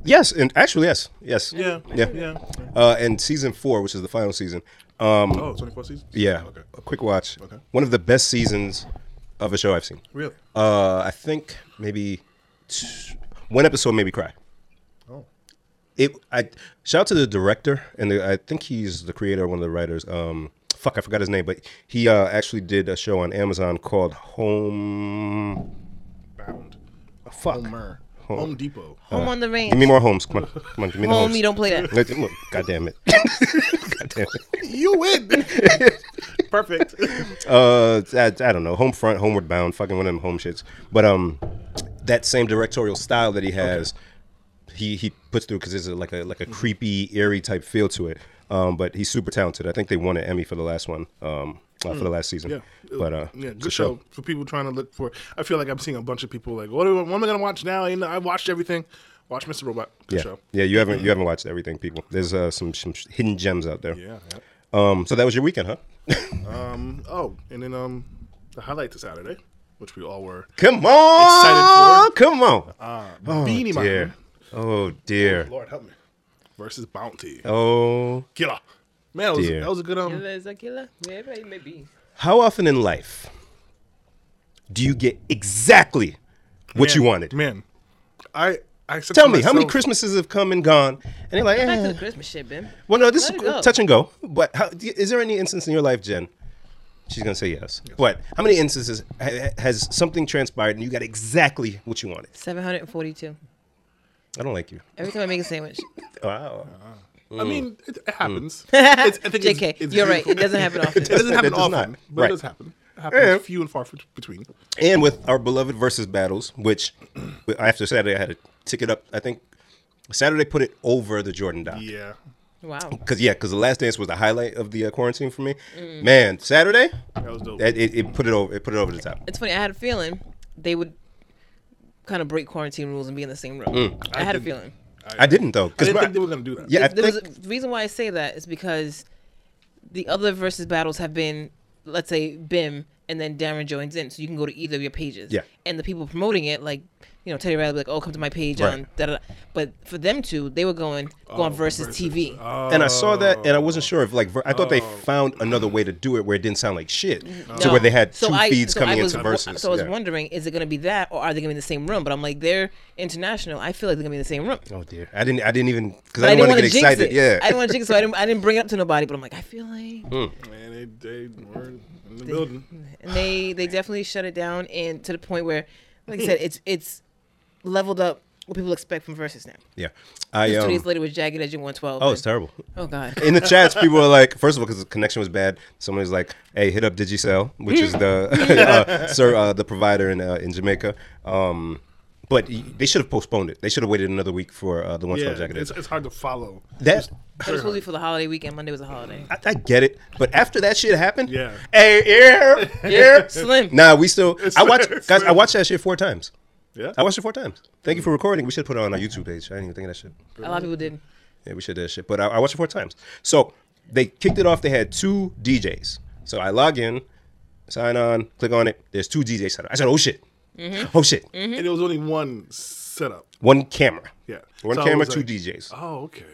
yes, and actually yes, yes, Yeah. yeah. Yeah. Uh, and season four, which is the final season, um, Oh, 24 seasons? yeah, Okay. a quick watch. Okay. One of the best seasons of a show I've seen. Really? Uh, I think maybe t- one episode made me cry. Oh. It. I shout out to the director and the, I think he's the creator, one of the writers. Um, fuck, I forgot his name, but he uh, actually did a show on Amazon called Home. Bound. Fuck. Homer. Home Depot. Home on the range. Give me more homes. Come on, come on. Give me the Home, homes. you don't play that. Let- look, God damn it. God damn it. You win. Perfect. Uh, I, I don't know. Home front, homeward bound, fucking one of them home shits. But um, that same directorial style that he has, he he puts through because there's a, like a like a Mm-hmm. creepy, eerie type feel to it. Um, but he's super talented. I think they won an Emmy for the last one. Um, uh, for the last season. Mm. Yeah. But uh, Yeah, it's a good show. for people trying to look for. I feel like I'm seeing a bunch of people like, what, do I- what am I gonna watch now? You know, I watched everything. Watch Mr. Robot. Good Yeah. show. Mm-hmm. Yeah. You haven't you haven't watched everything, people. There's uh, some some hidden gems out there. Yeah. yeah. Um. So that was your weekend, huh? Um. Oh, and then um, the highlight to Saturday, which we all were. Come on. Excited for- Come on. Uh, Beanie oh, dear. Man. Oh dear. Lord help me. Versus Bounty. Oh. Killer. Man, that was, Dear. that was a good um. There's a killer, wherever he may be. How often in life do you get exactly what you man, wanted? Man, I I said Tell to me, how many myself- Christmases have come and gone, and you're like, Back to eh. the Christmas shit, Ben. well, no, this Let it is go. touch and go. But how, do you- is there any instance in your life, Jen? She's gonna say yes. But how many instances ha- has something transpired and you got exactly what you wanted? 742. I don't like you. Every time I make a sandwich. Wow. I mean, it, it happens. It's, I think it's- JK, it's you're right. beautiful. It doesn't happen often. It doesn't happen That Mm. does not. often, but Right. Eh. it does happen. It happens Yeah. few and far f- between. and with our beloved versus battles, which after Saturday I had to tick it up. I think Saturday put it over the Jordan doc. Yeah. Wow. Cause yeah, cause the last dance was the highlight of the uh, quarantine for me. Mm-hmm. Man, Saturday, That was dope. that it, it put it over. It put it over the top. It's funny. I had a feeling they would kind of break quarantine rules and be in the same room. I, had a didn't. feeling. I didn't though. I Cause didn't my- think they were going to do that. yeah, I there think was a reason why I say that is because the other versus battles have been, let's say, Bim and then Darren joins in, so you can go to either of your pages. Yeah. And the people promoting it, like you know, Teddy Riley, like, oh, come to my page Right. on da da. da." But for them two, they were going going versus, TV. uh, Oh, and I saw that, and I wasn't sure if like ver- I thought they found another way to do it where it didn't sound like shit, to No. where they had Mm-hmm. So two I- feeds so coming I was, into versus. So I was Yeah. wondering, is it going to be that, or are they going to be in the same room? But I'm like, they're international. I feel like they're going to be in the same room. Oh dear, I didn't. I didn't even because I But didn't want to wanna get excited. It. Yeah, I didn't want to jinx it, so I didn't, I didn't bring it up to nobody. But I'm like, I feel like, Man, they, they were in the building. and they they definitely shut it down, and to the point where, like I said, it's it's leveled up what people expect from versus now. yeah. I Two um. days later was Jagged Edge and 112. Oh, and- it's terrible. oh God. in the chats, people are like, first of all, because the connection was bad. Someone was like, "Hey, hit up Digicel, which is the uh, sir, uh, the provider in uh, in Jamaica." Um, but y- they should have postponed it. They should have waited another week for uh, the one Yeah, yeah, jacket. it's, it's hard to follow. that But it was supposed to be for the holiday weekend. Monday was a holiday. I, I get it, but after that shit happened, Yeah. hey, here, here, Slim. Nah, we still. I watched Slim, guys. I Slim. watched that shit four times. Yeah. I watched it four times. Thank you for recording. We should put it on our YouTube page. I didn't even think of that shit. A lot of people didn't. Yeah, we should do that shit. But I, I watched it four times. So they kicked it off. They had two DJs. So I log in, sign on, click on it. There's two DJs set up. I said, oh shit. Oh shit. And it was only one setup. One camera. Yeah. One So I camera, was two like, DJs. Oh, okay.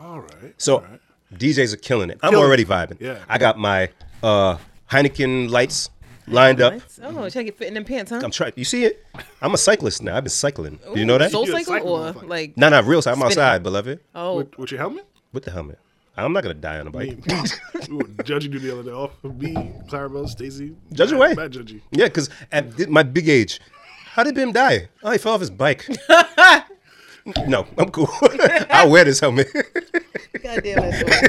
All right. So all right. DJs are killing it. I'm Killing already it. vibing. Yeah. I got my uh, Heineken lights lined up. Oh, trying to get fit in them pants, huh? I'm trying. You see it? I'm a cyclist now. I've been cycling. Do you Ooh, know that? Soul You're a cycle cycle or motherfucker. like No, no, real. So I'm Spinning. outside, beloved. oh With, with your helmet? With the helmet. I'm not gonna die on a bike. we were judging you the other day off. Me, Clarabelle, Stacy. Judge bad, away. Bad judgy. Yeah, because at thi- my big age, how did Bim die? Oh, he fell off his bike. no, I'm cool. I'll wear this helmet. goddamn that's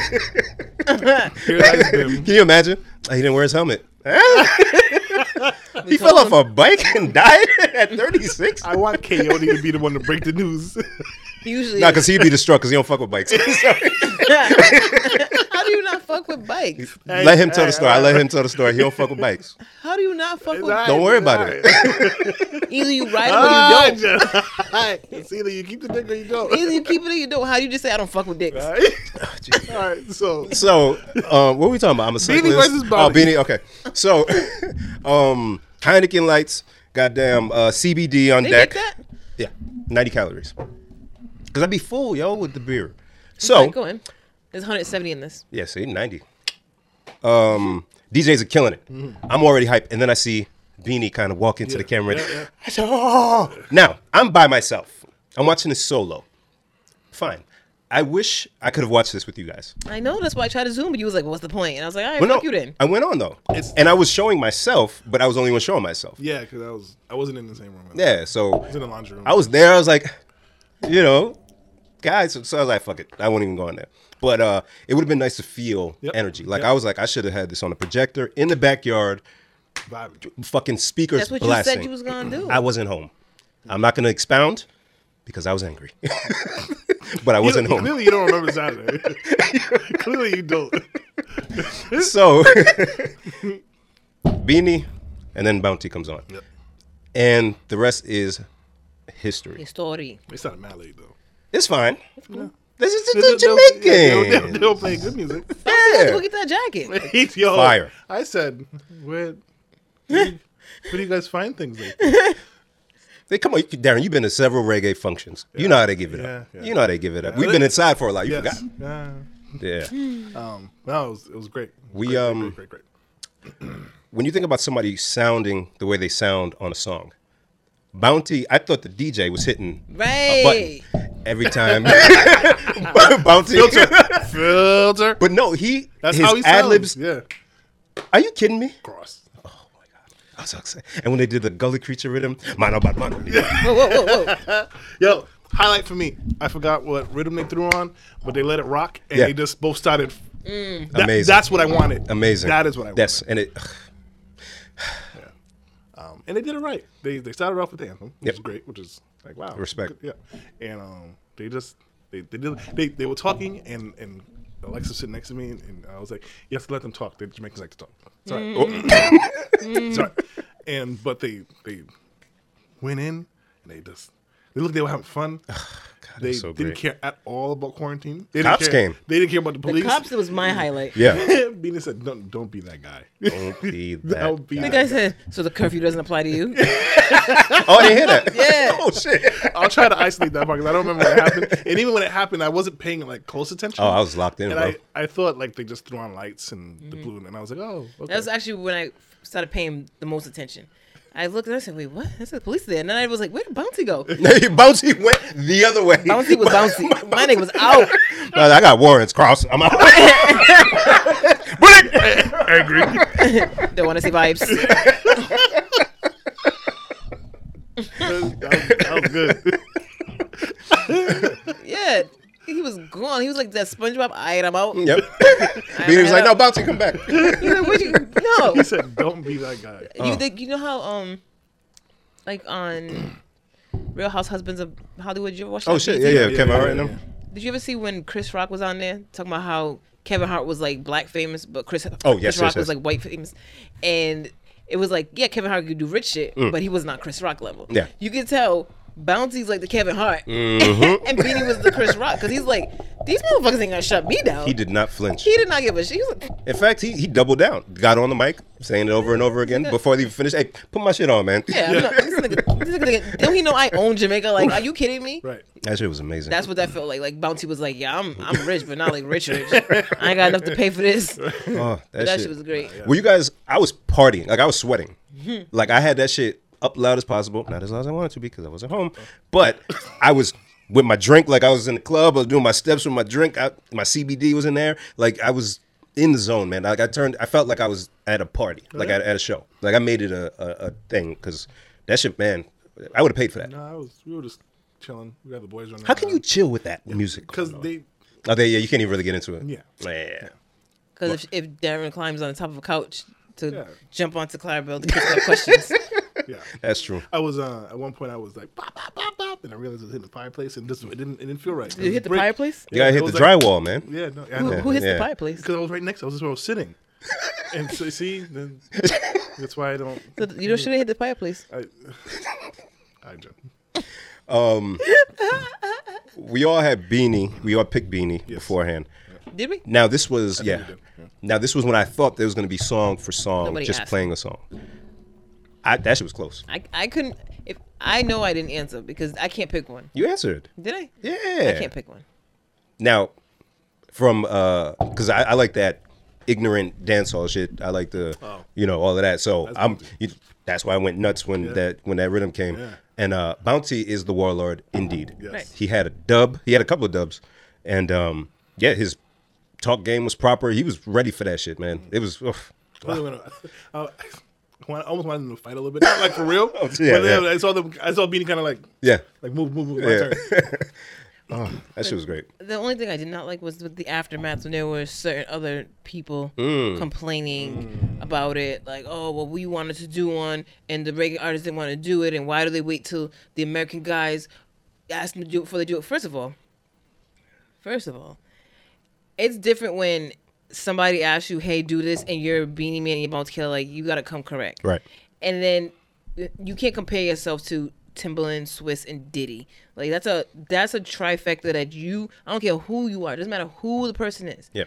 all. Here lies Bim. Can you imagine? Oh, he didn't wear his helmet. he fell off a bike and died at 36. I want Coyote to be the one to break the news. usually Nah, because he'd be distraught because he don't fuck with bikes. So, how do you not fuck with bikes? let him tell the story. I let him tell the story. He don't fuck with bikes. How do you not fuck with Don't worry about it. either you ride Ah. it or you don't. it's either you keep the dick or you don't. Either you keep it or you don't. How do you just say I don't fuck with dicks? All right. Oh, All right. So So, um, what were we talking about? I'm a cyclist. versus Bobby. Oh, Beanie. Okay. So, um, Heineken lights, goddamn uh, CBD on They deck. make that? Yeah, 90 calories. Because I'd be full, yo, with the beer. Oh. So, Go in. There's 170 in this. yeah, see, 90. Um, DJs are killing it. I'm already hyped. And then I see Beanie kind of walk into the camera. Mm-hmm. yeah, yeah. I said, oh. Now, I'm by myself. I'm watching this solo. Fine. I wish I could have watched this with you guys. I know that's why I tried to zoom, but you was like, "What's the point?" And I was like, "All right, Well, fuck you then." I went on though, It's- and I was showing myself, but I was only one showing myself. yeah, because I was I wasn't in the same room. Yeah, so I was in the laundry room. I was there. I was like, you know, guys. So, so I was like, fuck it, I won't even go in there. But uh, it would have been nice to feel Yep. energy. Like Yep. I was like, I should have had this on a projector in the backyard, vibing. fucking speakers That's what blasting. you said you was gonna do. I wasn't home. I'm not gonna expound because I was angry, but I wasn't You- home. Clearly, you don't remember Saturday. clearly, you don't. so beanie and then bounty comes on Yep. and the rest is history Story. It's not a malady though. it's fine this is They don't- the they don't- They don't, they jamaican don't play good music. Let's yeah. go get that jacket. Yo, Fire. I said, where, where, do you, where do you guys find things like that? They- come on you- darren you've been to several reggae functions you know how they give it up Yeah, yeah. you know how they give it up we've been inside for a lot you Yes. forgot Yeah. yeah Um, no, it was, it was great. We, Great, great, um, great, great, great. when you think about somebody sounding the way they sound on a song bounty i thought the dj was hitting a Right. button every time bounty Filter. but no he That's his how he ad libs sounds. Yeah. Are you kidding me? Cross. I was so excited. And when they did the gully creature rhythm, mano bad mano. Whoa, whoa, whoa, whoa. Yo, highlight for me. I forgot what rhythm they threw on, but they let it rock, and Yeah. they just both started. That- Amazing. That's what I wanted. Amazing. That is what I wanted. That's and it. ugh, Um, and they did it right. They they started off with the anthem, which Yep. is great, which is like wow, Respect. Good, yeah, and um, they just they they did they, they were talking and and Alexa sitting next to me and, and I was like, you have to let them talk. The Jamaicans like to talk. Sorry, Mm. Oh. sorry. And but they they went in and they just they looked they were having fun. they so didn't great. care at all about quarantine. They didn't Cops care. came. They didn't care about the police. The cops was my highlight. Yeah. Oh, Bina said, "Don't don't be that guy." Don't be Don't that be guy. The guy said, "So the curfew doesn't apply to you." Oh, I didn't hear that. Yeah. oh shit. I'll try to isolate that part because I don't remember what happened. And even when it happened, I wasn't paying like close attention. Oh, I was locked in, and bro. I, I thought like they just threw on lights and Mm-hmm. the blue, and I was like, oh, okay. That was actually when I started paying the most attention. I looked and I said, "Wait, what?" That's the police there. And then I was like, "Where did Bounty go?" Bouncy went the other way. Bouncy was bouncy. My nigga was out. I, I got warrants crossed. I'm out. Bullet. angry. Don't want to see vibes. that, was, that was good. Yeah, he was gone. He was like that SpongeBob. All right, I'm out. Yep. Beanie was like, no, Bouncy, come back. He's like, "Where'd you-" No, He said, don't be that guy. Oh. you think you know how um, like on Real House Husbands of Hollywood. You ever watch? Oh that shit. BT? Yeah, yeah. Yeah, Kevin yeah, Hart and yeah. them. Did you ever see when Chris Rock was on there talking about how Kevin Hart was like black famous, but Chris, Oh, Chris yes, yes, Rock yes. was like white famous, and it was like yeah, Kevin Hart could do rich shit, but he was not Chris Rock level. Mm. Yeah. Mm-hmm. you could tell Bounty's like the Kevin Hart, and Beanie was the Chris Rock because he's like These motherfuckers ain't gonna shut me down. He did not flinch. He did not give a shit. He was like, In fact, he, he doubled down, got on the mic, saying it over and over again before they even finished. Hey, put my shit on, man. yeah, I'm not- this nigga, this nigga, don't he know I own Jamaica? Like, are you kidding me? Right. That shit was amazing. That's what that felt like. Like Bounty was like, yeah, I'm I'm rich, but not like rich rich. I ain't got enough to pay for this. That, oh, that, shit was great. Mm-hmm. Were you guys? I was partying, like I was sweating, like I had that shit up loud as possible, not as loud as I wanted to be because I wasn't home, but I was with my drink, like I was in the club, I was doing my steps with my drink, I, my CBD was in there, like I was in the zone, man. Like I turned, I felt like I was at a party, like at, at a show, like I made it a a, a thing because that shit, man. I would have paid for that. No, I was. We were just chilling. We got the boys running. How can you chill with that music? Because going on? they. oh, they, yeah, you can't even really get into it. Yeah. yeah. Because if, if Darren climbs on the top of a couch to Yeah. jump onto Clarabelle to pick up questions, Yeah. that's true. I was uh, at one point. I was like, pop, pop, pop, pop, and I realized I was hitting the fireplace, and this it didn't, it didn't feel right. you hit the fireplace. You gotta hit the drywall, man. Yeah, no, I Who, know. who hits Yeah. the fireplace? Because I was right next. I was just where I was sitting. and so see, then that's why I don't. So th- You know, should have hit the fireplace. I, I don't. We all had beanie. We all picked beanie beforehand. Did we? Now this was yeah. did, yeah. Now this was when I thought there was gonna be song for song, Nobody just asked. playing a song. I, that shit was close. I, I couldn't. If I know I didn't answer because I can't pick one. You answered. Did I? Yeah. I can't pick one. Now, from because I, I like that ignorant dancehall shit. I like the Oh. you know all of that. So I'm you, that's why I went nuts when that when that rhythm came. Yeah. And uh, Bounty is the warlord indeed. Yes. Right. He had a dub. He had a couple of dubs, and um, yeah, his talk game was proper. He was ready for that shit, man. Mm-hmm. It was. oof. I, don't know. I, I, I almost wanted them to fight a little bit, not like for real. Oh, yeah, but then yeah. I saw them. I saw Beanie kind of like, Yeah, like move, move, move. My Yeah. turn. that shit was great. The only thing I did not like was with the aftermath when there were certain other people complaining about it, like, "Oh, well, we wanted to do one, and the reggae artists didn't want to do it, and why do they wait till the American guys ask them to do it before they do it?" First of all, first of all, it's different when somebody asks you, "Hey, do this," and you're a beanie man and you're about to kill. Like, you gotta come correct, Right. and then uh, you can't compare yourself to Timberland, Swiss, and Diddy. Like that's a that's a trifecta that you. I don't care who you are. It doesn't matter who the person is. Yeah.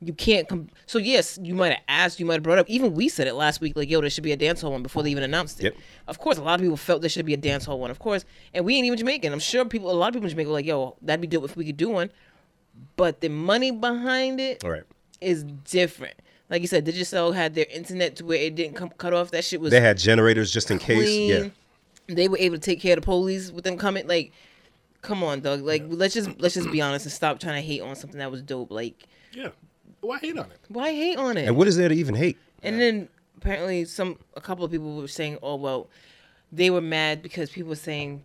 You can't come. So yes, you might have asked. You might have brought up. Even we said it last week. Like yo, there should be a dance hall one before they even announced it. Yep. Of course, a lot of people felt there should be a dance hall one. Of course, and we ain't even Jamaican. I'm sure people. A lot of people in Jamaica were like yo, that'd be dope if we could do one. But the money behind it All right. is different. Like you said, Digicel had their internet to where it didn't come cut off. That shit was They had generators just in case. Yeah. clean. They were able to take care of the police with them coming. Like, come on, Doug. Like, let's just let's just be honest and stop trying to hate on something that was dope. Like, Yeah. Why hate on it? why hate on it? And what is there to even hate? And then apparently some a couple of people were saying, "Oh well, they were mad because people were saying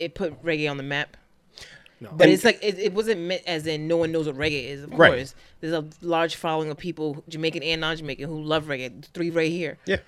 it put reggae on the map." No. But it's like it, it wasn't meant as in no one knows what reggae is. Of Right. course, there's a large following of people, Jamaican and non-Jamaican, who love reggae. the Three right here. Yeah.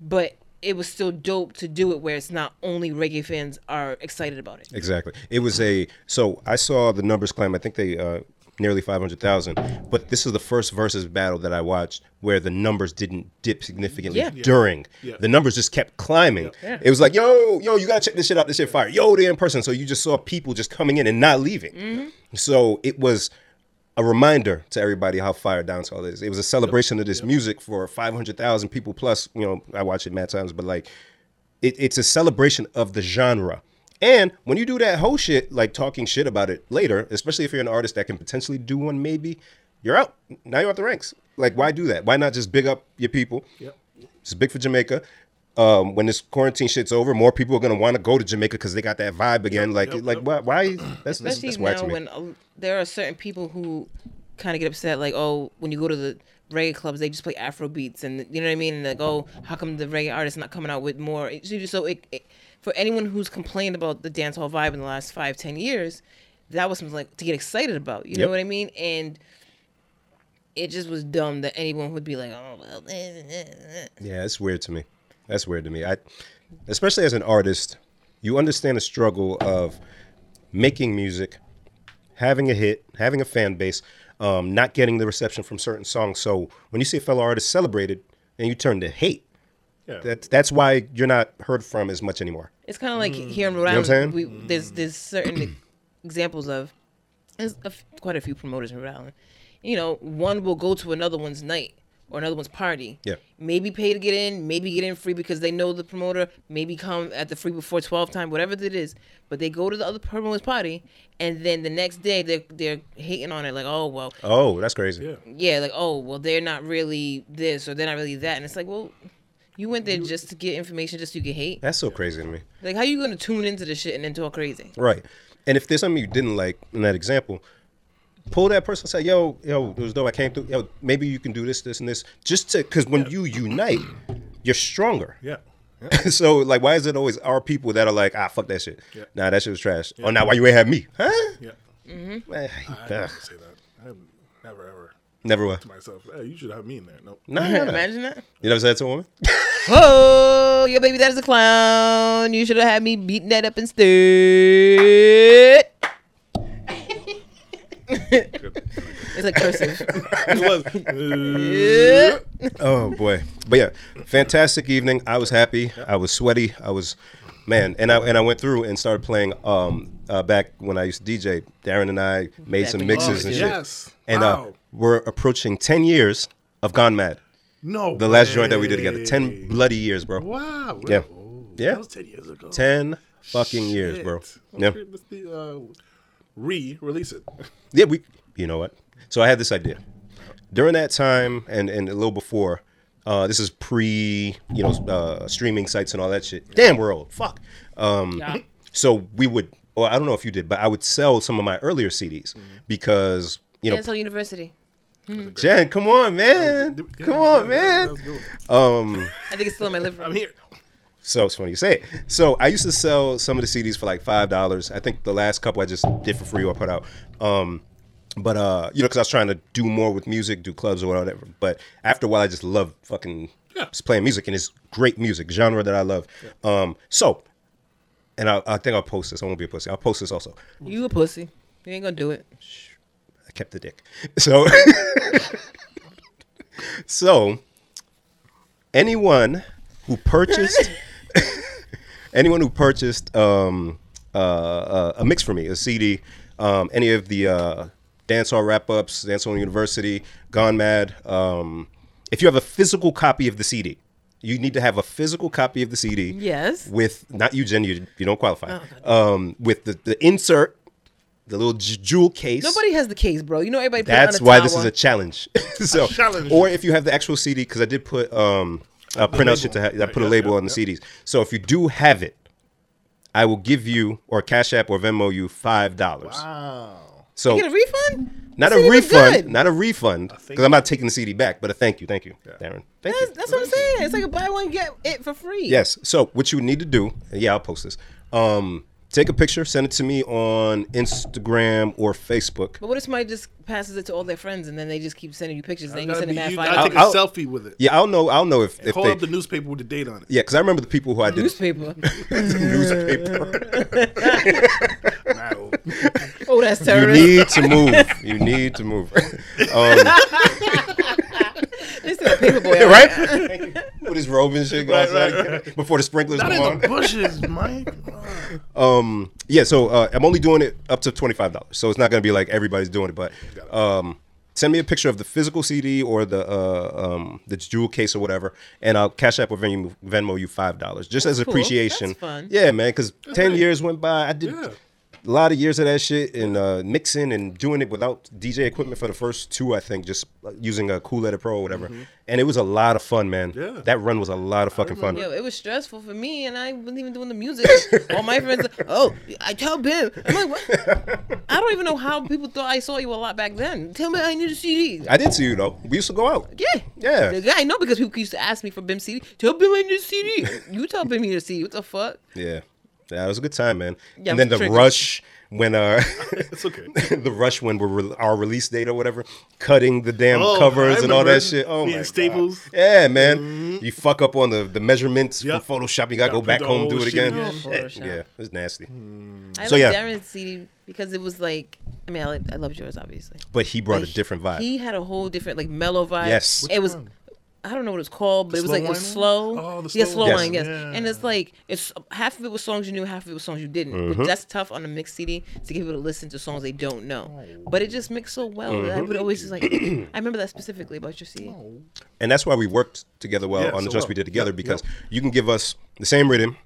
But it was still dope to do it where it's not only reggae fans are excited about it. Exactly. It was a so I saw the numbers climb. I think they uh, nearly five hundred thousand. But this is the first versus battle that I watched where the numbers didn't dip significantly Yeah. Yeah. during. Yeah. The numbers just kept climbing. Yeah. It was like yo yo you gotta check this shit out. This shit fire. Yo they're in person. So you just saw people just coming in and not leaving. Mm-hmm. So it was. A reminder to everybody how fire dancehall is. It was a celebration of this music for five hundred thousand people plus. You know, I watch it mad times, but like, it, it's a celebration of the genre. And when you do that whole shit, like talking shit about it later, especially if you're an artist that can potentially do one, maybe you're out. Now you're out the ranks. Like, why do that? Why not just big up your people? Yep. It's big for Jamaica. Um, when this quarantine shit's over, more people are gonna want to go to Jamaica because they got that vibe again. like, yep, like yep. why? Why? That's that's, Especially that's why now to me. when uh, there are certain people who kind of get upset, like, oh, when you go to the reggae clubs, they just play Afro beats, and you know what I mean? And like, oh, how come the reggae artist's not coming out with more? So, you- so it, it- for anyone who's complained about the dancehall vibe in the last five, ten years, that was something like to get excited about. You Yep. know what I mean? And it just was dumb that anyone would be like, oh, well, eh, eh, eh. Yeah, it's weird to me. That's weird to me. I, especially as an artist, you understand the struggle of making music, having a hit, having a fan base, um, not getting the reception from certain songs. So when you see a fellow artist celebrated and you turn to hate, Yeah. that that's why you're not heard from as much anymore. It's kind of like here in Mm. Rhode what I'm Island, saying? we, there's there's certain examples of there's a f- quite a few promoters in Rhode Island. You know, one will go to another one's night or another one's party. Yeah. Maybe pay to get in, maybe get in free because they know the promoter. Maybe come at the free before twelve time, whatever it is. But they go to the other promoter's party, and then the next day they're they're hating on it like, oh well, Oh, that's crazy. Yeah. yeah, like oh well, they're not really this or they're not really that, and it's like well. You went there just to get information, just so you can hate. That's so crazy to me. Like, how you gonna tune into this shit and then talk crazy? Right. And if there's something you didn't like in that example, pull that person say, yo, yo, it was dope. I came through. Yo, maybe you can do this, this, and this. Just to, because when you unite, you're stronger. Yeah. Yeah. so, like, why is it always our people that are like, ah, fuck that shit? Yeah. Nah, that shit was trash. Oh, now why you ain't have me? Huh? Yeah. Man, I hate I that. never say that. I never ever Never was. to myself. Hey, you should have me in there. Nope. Nah, nah, nah. Imagine that. You never said that to a woman? Oh, your baby daddy's a clown. You should have had me beating that up instead. Good. It's like cursive. it was. oh boy but yeah fantastic evening i was happy i was sweaty i was man and i and i went through and started playing um uh, back when i used to dj darren and i made Back some when you mixes did. and yes. shit and uh wow. we're approaching 10 years of gone mad no. the last joint that we did together way. 10 bloody years bro Wow. Yeah. Oh, Yeah. That was 10 years ago. 10 fucking years bro Shit. yeah Okay, let's be, uh, re release it. Yeah, we. You know what? So I had this idea during that time, and and a little before. Uh, this is pre, you know, uh, streaming sites and all that shit. Damn, we're old. Fuck. Um, Yeah. So we would. Well, I don't know if you did, but I would sell some of my earlier CDs because you know, Dancehall University. Jen, come on, man, Yeah, come on, yeah, man. that was good. I think it's still in my living room. I'm here. So it's funny you say it. So I used to sell some of the CDs for like five dollars. I think the last couple I just did for free or put out. Um, but uh, you know, because I was trying to do more with music, do clubs or whatever. But after a while, I just love fucking Yeah. just playing music, and it's great music genre that I love. Um, so, and I, I think I'll post this. I won't be a pussy. I'll post this also. You a pussy. You ain't gonna do it. I kept the dick. So, so anyone who purchased, anyone who purchased um, uh, uh, a mix for me, a CD, um, any of the uh, dancehall wrap ups, dancehall university, gone mad. Um, if you have a physical copy of the CD. You need to have a physical copy of the CD. Yes. Oh, With not you, Jen. You, you don't qualify. um, with the, the insert, the little j- jewel case. Nobody has the case, bro. You know everybody. Put That's it on a why this tower. is a challenge. so, challenge. or if you have the actual CD, because I did put um, uh, printout shit to ha- I Right, put a yeah, label yeah, on the CDs. So if you do have it, I will give you or Cash App or Venmo you five dollars. Wow. So You get a refund. not a This ain't even good. refund, not a refund, because I'm not taking the CD back. But a thank you, thank you, Darren. Thank you. That's, that's what I'm saying. It's like a buy one get it for free. Yes. So what you need to do, and yeah, I'll post this. Um, take a picture, send it to me on Instagram or Facebook. But what if somebody just passes it to all their friends and then they just keep sending you pictures and then you Gotta send them be- half you five gotta take a I'll- selfie with it. Yeah, I'll know. I'll know if, if Hold they. up the newspaper with the date on it. yeah, because I remember the people who I did newspaper. the newspaper. Wow. oh, that's You terrorist. need to move. You need to move. um, It's a paper boy. right? With his robe and shit. Right, Right, right, Before the sprinklers Not come in on. the bushes, Mike. Wow. Um, yeah, so uh, I'm only doing it up to $25. So it's not going to be like everybody's doing it. But um, send me a picture of the physical CD or the uh, um, the jewel case or whatever. And I'll cash app or Venmo, Venmo you $5 just as cool. appreciation. That's fun. Yeah, man, because 10 years went by. I did. Yeah. A lot of years of that shit and uh, mixing and doing it without DJ equipment for the first two, I think, just uh, using a Cool Letter Pro or whatever. And it was a lot of fun, man. Yeah. That run was a lot of fucking fun. Yo, it was stressful for me, and I wasn't even doing the music. All my friends, like, oh, I tell Bim. I'm like, what? I don't even know how people thought I saw you a lot back then. Tell me I need a CD. I did see you though. We used to go out. Yeah. Yeah. The guy, I know because people used to ask me for Bim CD. Tell Bim I need a CD. You tell Bim you need a CD. What the fuck? Yeah. Yeah, it was a good time, man. Yeah, and then I'm the triggered. rush when uh It's okay. the rush when we're re- our release date or whatever, cutting the damn Oh, covers I and all that remember shit. Oh being my Staples. God. Yeah, man. You fuck up on the, the measurements Yep. from Photoshop, you gotta Gotta go back put the home whole do it shit again. in. Oh, Shit, Photoshop. yeah, it's nasty. I So, loved yeah. Darren's CD because it was like, I mean, I, loved- I loved yours, obviously. But he brought Like, a different vibe. He had a whole different, like, mellow vibe. Yes. Which It was I don't know what it's called, but The it was slow like it was wine slow. one? Oh, the yeah, slow slow one. wine, Yes. yes. And it's like it's half of it was songs you knew, half of it was songs you didn't. Mm-hmm. But that's tough on a mixed CD to get people to listen to songs they don't know. Oh. But it just mixed so well that I Mm-hmm. would always just like I remember that specifically about your CD. Oh. and that's why we worked together well Yeah, on the so trust well. we did together Yep, because you can give us the same rhythm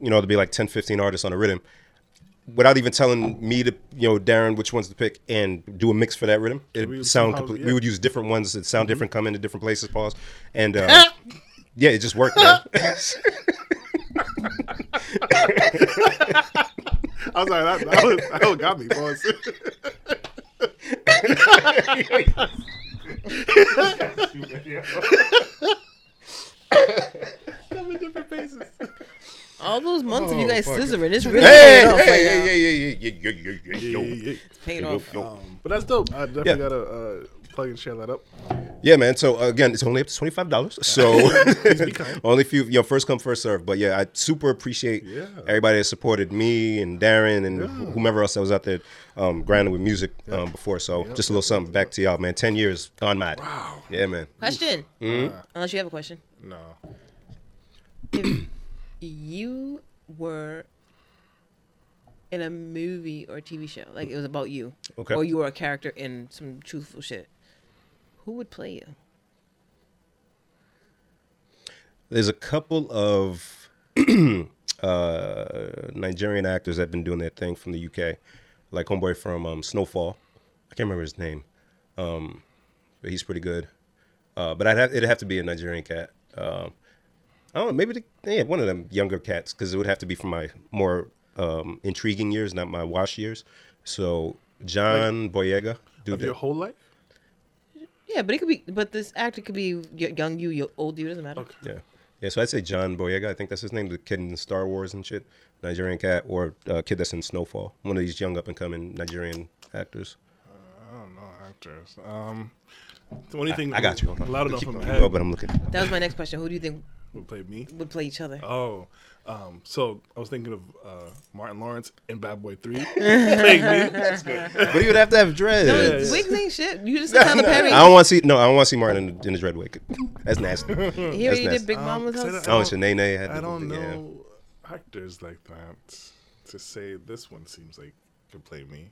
you know to be like 10 15 artists on a rhythm without even telling me to you know darren which ones to pick and do a mix for that rhythm it We would would sound somehow- complete yeah. we would use different ones that sound different come into different places pause and uh, yeah it just worked man. I was like, that, that, was, that got me, boss. Come in different faces. All those months Oh, of you guys scissoring, it's really hey, paying off hey, right hey, hey, now. hey, hey, hey, hey, hey, yo. It's paying off. Yo. Um, but that's dope. I definitely Yeah. gotta uh, plug and share that up. Yeah, man. So uh, again, it's only up to twenty five dollars. So only few, you know, first come first serve. But yeah, I super appreciate Yeah. everybody that supported me and Darren and wh- whomever else that was out there um, grinding with music um, before. So just a little something back to y'all, man. Ten years on mad. Wow. Yeah, man. Question. Mm-hmm. Unless you have a question. No. You were in a movie or TV show, like it was about you. Okay. Or you were a character in some truthful shit. Who would play you? There's a couple of uh, Nigerian actors that have been doing that thing from the UK, like homeboy from um, Snowfall. I can't remember his name, um, but he's pretty good. Uh, but I'd have, it'd have to be a Nigerian cat. Um, I don't know, maybe the, yeah, one of them younger cats, because it would have to be from my more um, intriguing years, not my wash years. So John Boyega, dude, Of that- your whole life? Yeah, but it could be. But this actor could be y- young you, your old you. Doesn't matter. Okay. Yeah. Yeah, so I'd say John Boyega. I think that's his name, the kid in Star Wars and shit. Nigerian cat or uh, kid that's in Snowfall. One of these young up and coming Nigerian actors. I don't know actors. Um, the only thing I got you. Loud enough Keep in my going, head. but I'm looking. That was my next question. Who do you think Who played me? would play each other? Oh, um, so I was thinking of uh, Martin Lawrence in Bad Boy Three. playing me. That's good. But you would have to have dreads. No, it's wigs ain't shit. You just said Tyler Perry. I don't want to see. No, I don't want to see Martin in, the- in his red wig. That's nasty. He That's already nasty. did Big Mama's Um, house. I oh, don't- Shanae Nay had. I the- don't yeah. know actors like that. To say this one seems like could play me.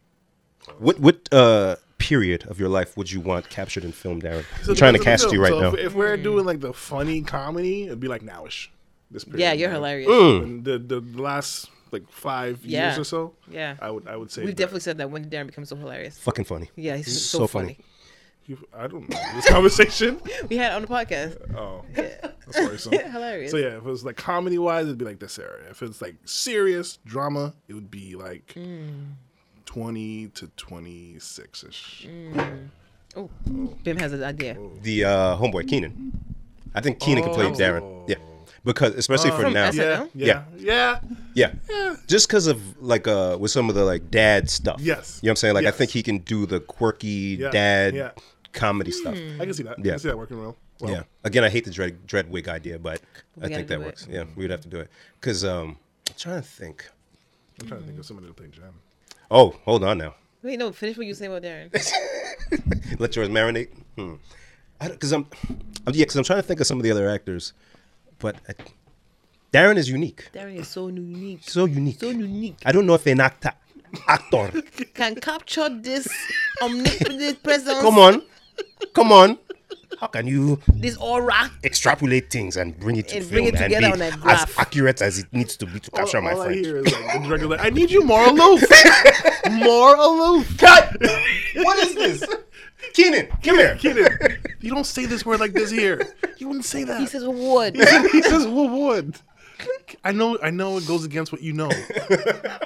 What what uh, period of your life would you want captured in film, Darren? So I'm trying to depends on the cast you film. right So now. If, if Mm. we're doing like the funny comedy, it'd be like nowish. This period, Yeah, you're man. hilarious. And the the last like five Yeah. years or so. Yeah. I would I would say that. We've definitely said that when Darren becomes so hilarious. Fucking funny. Yeah, he's so, so funny. funny. You- I don't know this conversation. We had it on the podcast. Oh, Yeah. that's worrisome. Hilarious. So yeah, if it was like comedy wise, it'd be like this area. If it's like serious drama, it would be like Mm. twenty to twenty six ish. Mm. Oh, Bim has an idea. The uh, homeboy Keenan. I think Keenan could play Oh. Darren. Yeah, because especially for From now. SNL? Yeah, yeah, yeah. Yeah. Just because of like uh with some of the like dad stuff. Yes. You know what I'm saying? Like I Yes. think he can do the quirky Yeah. dad Yeah. Hmm. comedy stuff. I can see that. I Yeah. can see that working real. Well, yeah. Again, I hate the dread dread wig idea, but I gotta think that do it. works. Yeah, we would have to do it. Cause um I'm trying to think. I'm trying to think of somebody to play Jen. Oh, hold on now. Wait, no, finish what you say about Darren. Let yours marinate. Hmm. I don't, cause I'm, I'm yeah, cause I'm trying to think of some of the other actors, but I, Darren is unique. Darren is so unique. So unique. So unique. I don't know if an actor actor. Can capture this omnipotent presence, Come on. Come on. How can you this aura. extrapolate things and bring it to And film bring it and together be on a as graph. accurate as it needs to be to capture my all I friend. hear is like, the director's like, I need you more aloof, more aloof. Cut! what is this? Keenan, come here. Keenan, you don't say this word like this here. You wouldn't say that. He says wood. he says, "What would?" I know, I know, it goes against what you know.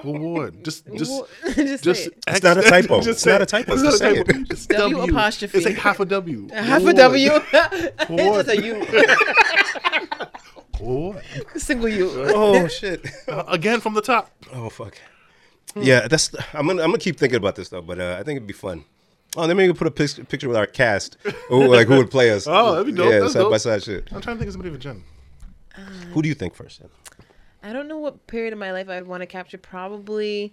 What would? Just, just, Wood. just just. say it. It's not a typo. It's say not it. a typo. It's Just not a say typo. it. It's W W. apostrophe. It's like half a W. Half a Would. W. it's Wood. just a U. Would. Single U. Oh shit. Uh, Again from the top. Oh fuck. Hmm. Yeah, that's. I'm gonna. I'm gonna keep thinking about this though, but uh, I think it''t be fun. Oh, then maybe we put a pic- picture with our cast, Who- like who would play us. Oh, that'd be dope. Yeah, That's side by dope. side shit. I'm trying to think of somebody for Jen. Who do you think first? I don't know what period of my life I'd want to capture. Probably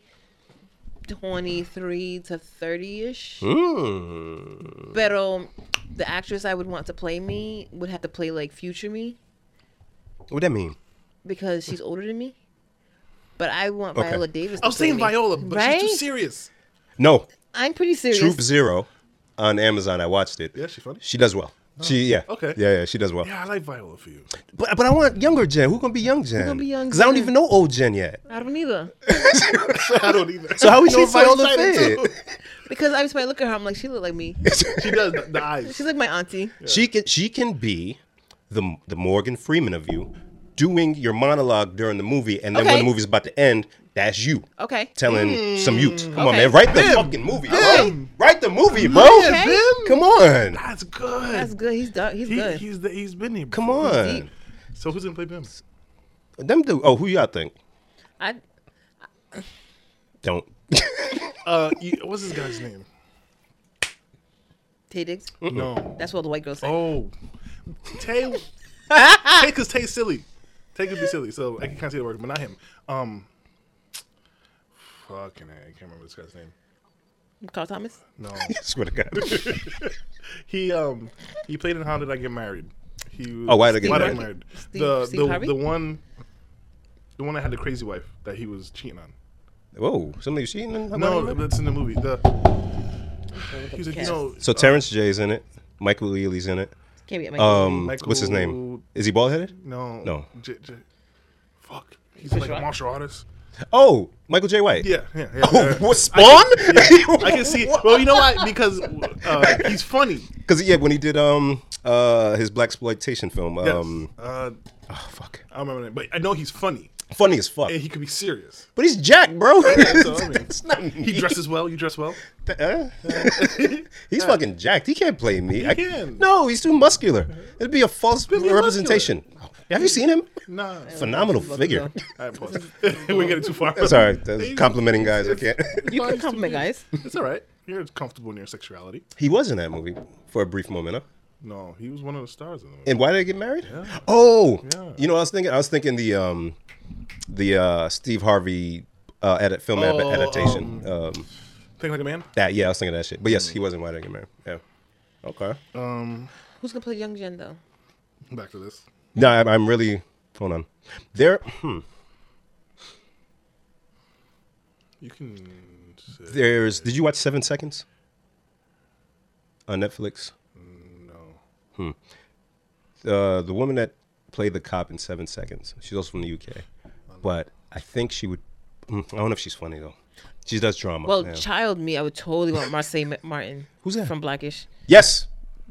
23 to 30 ish. Mm. Hmm. But um, the actress I would want to play me would have to play like future me What that mean? because she's older than me. But I want Okay. Viola Davis. To I was play saying me. Viola, but right? she's too serious. No, I'm pretty serious. Troop Zero on Amazon. I watched it. Yeah, she funny. Oh. She does well. She yeah. Okay. Yeah, yeah, she does well. Yeah, I like Viola for you. But but I want younger Jen. Who gonna be young Jen? gonna be young Because I don't Jen? even know old Jen yet. I don't either I don't either. So how we know She's so Viola excited, fit? because I just when I look at her, I'm like she look like me. too. She does the, the eyes. She's like my auntie. She can she can be the the Morgan Freeman of you, doing your monologue during the movie, and then when Okay. the movie's about to end, that's you Okay. telling some youth, "Come on, Okay. man, write the Bim. fucking movie, Okay. bro. Write the movie, bro. Okay. Bim. Come on, That's good. That's good. He's dark. He's He, good. he's the, he's been here. come before. on." So who's gonna play Bim? Them do. Oh, who y'all think? I Don't. Uh, you, what's this guy's name? Tay Diggs. No. That's what the white girls say. Oh, Tay. Tay, cause Tay's silly. Tay could be silly, so I can kind of say the word, but not him. Um, fucking, A, I can't remember this guy's name. Oh. Carl Thomas. No, Swear to God. he um he played in How Did I Get Married? He was, Oh, Why Did I Get Why Married? Married? Steve- the Steve the Harvey? the one, the one that had the crazy wife that he was cheating on. Whoa, somebody cheating? on her No, money, man? that's in the movie. The he's like, you Cast. know, So Terrence J's in it. Michael Ealy's in it. Can't be at my Um, what's his Michael- name? Is he bald headed? no, No. J, J, fuck. He's like a Rock? martial artist. Oh, Michael J. White. Yeah, Uh, yeah, yeah. Oh, yeah. what Spawn? I can see. Well, you know why? Because uh, he's funny. Because yeah, when he did um uh his black exploitation film, Yes. um uh, oh, fuck, I don't remember that, but I know he's funny. funny as fuck. And he could be serious. But he's Jack, bro. So, I mean, That's not me. he dresses well. You dress well. Uh, he's fucking jacked. He can't play me. I- can. No, he's too muscular. It'd be a false muscular. representation. Oh, Have you seen him? Nah. Phenomenal figure. All right, pause. We're getting too far. That's all right. That's complimenting guys. I can't. You can compliment guys. It's all right. You're comfortable in your sexuality. He was in that movie for a brief moment, huh? No, he was one of the stars in the movie. And why did they get married? Oh, Yeah. you know what I was thinking? I was thinking the um, the uh, Steve Harvey uh, edit film ad- Oh, adaptation. Um, Think like a man. that yeah, I was thinking that shit. But hmm. yes, he wasn't why did they get married? Yeah. Okay. Uh, Who's gonna play Young Jen though? Back to this. No, I'm, I'm really hold on. There, hmm, You can. Say there's. Did you watch Seven Seconds on Netflix? no. Uh, the woman that played the cop in Seven Seconds. She's also from the UK, but I think she would. hmm, I don't know if she's funny though. She does drama. Well, yeah. child me, I would totally want Marseille Ma- Martin. Who's that? From Blackish. yes,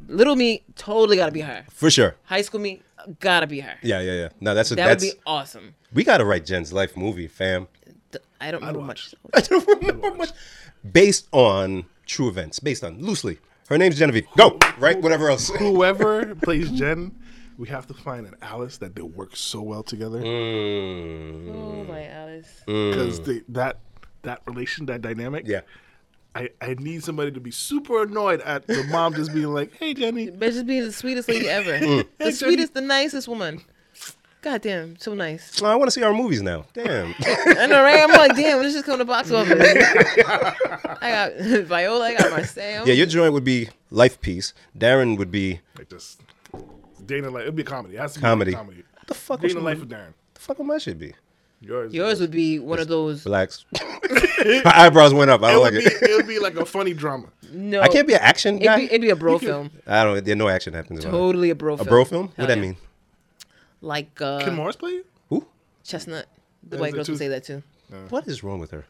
Little me, totally gotta be her. for sure. High school me, gotta be her. Yeah, yeah, yeah. No, that's a, That that's would be awesome. we gotta write Jen's life movie, fam. Th- I don't remember much. watch. I don't remember much. Based on true events, based on loosely. Her name's Genevieve. Go right, whatever else. Whoever plays Jen, we have to find an Alice that they work so well together Mm, Oh my Alice. because that that relation, that dynamic. yeah. I, I need somebody to be super annoyed at the mom just being like, "Hey Jenny, Bitch is being the sweetest lady ever. Mm. The sweetest, the nicest woman. God damn, so nice. Oh, I want to see our movies now. Damn. I know, right? I'm like, damn, this just come to box office. I got Viola, I got Marseille. yeah, your joint would be life piece. Darren would be like this." Day in the life, it'd be a comedy. It has to be Comedy. A comedy. the fuck. Day was in the my- life of Darren. the fuck would my shit be? Yours. Yours would be one of those. Relax. My eyebrows went up. I It don't would like be. it. It would be like a funny drama. No, I can't be an action It'd guy. be, it'd be a bro film. I don't. There no action happens. in it. Totally a bro A film. bro film? Hell What that yeah. mean? Like uh, Can Morris play it? Who? Chestnut. The Is white it girls would too- say that too. What is wrong with her?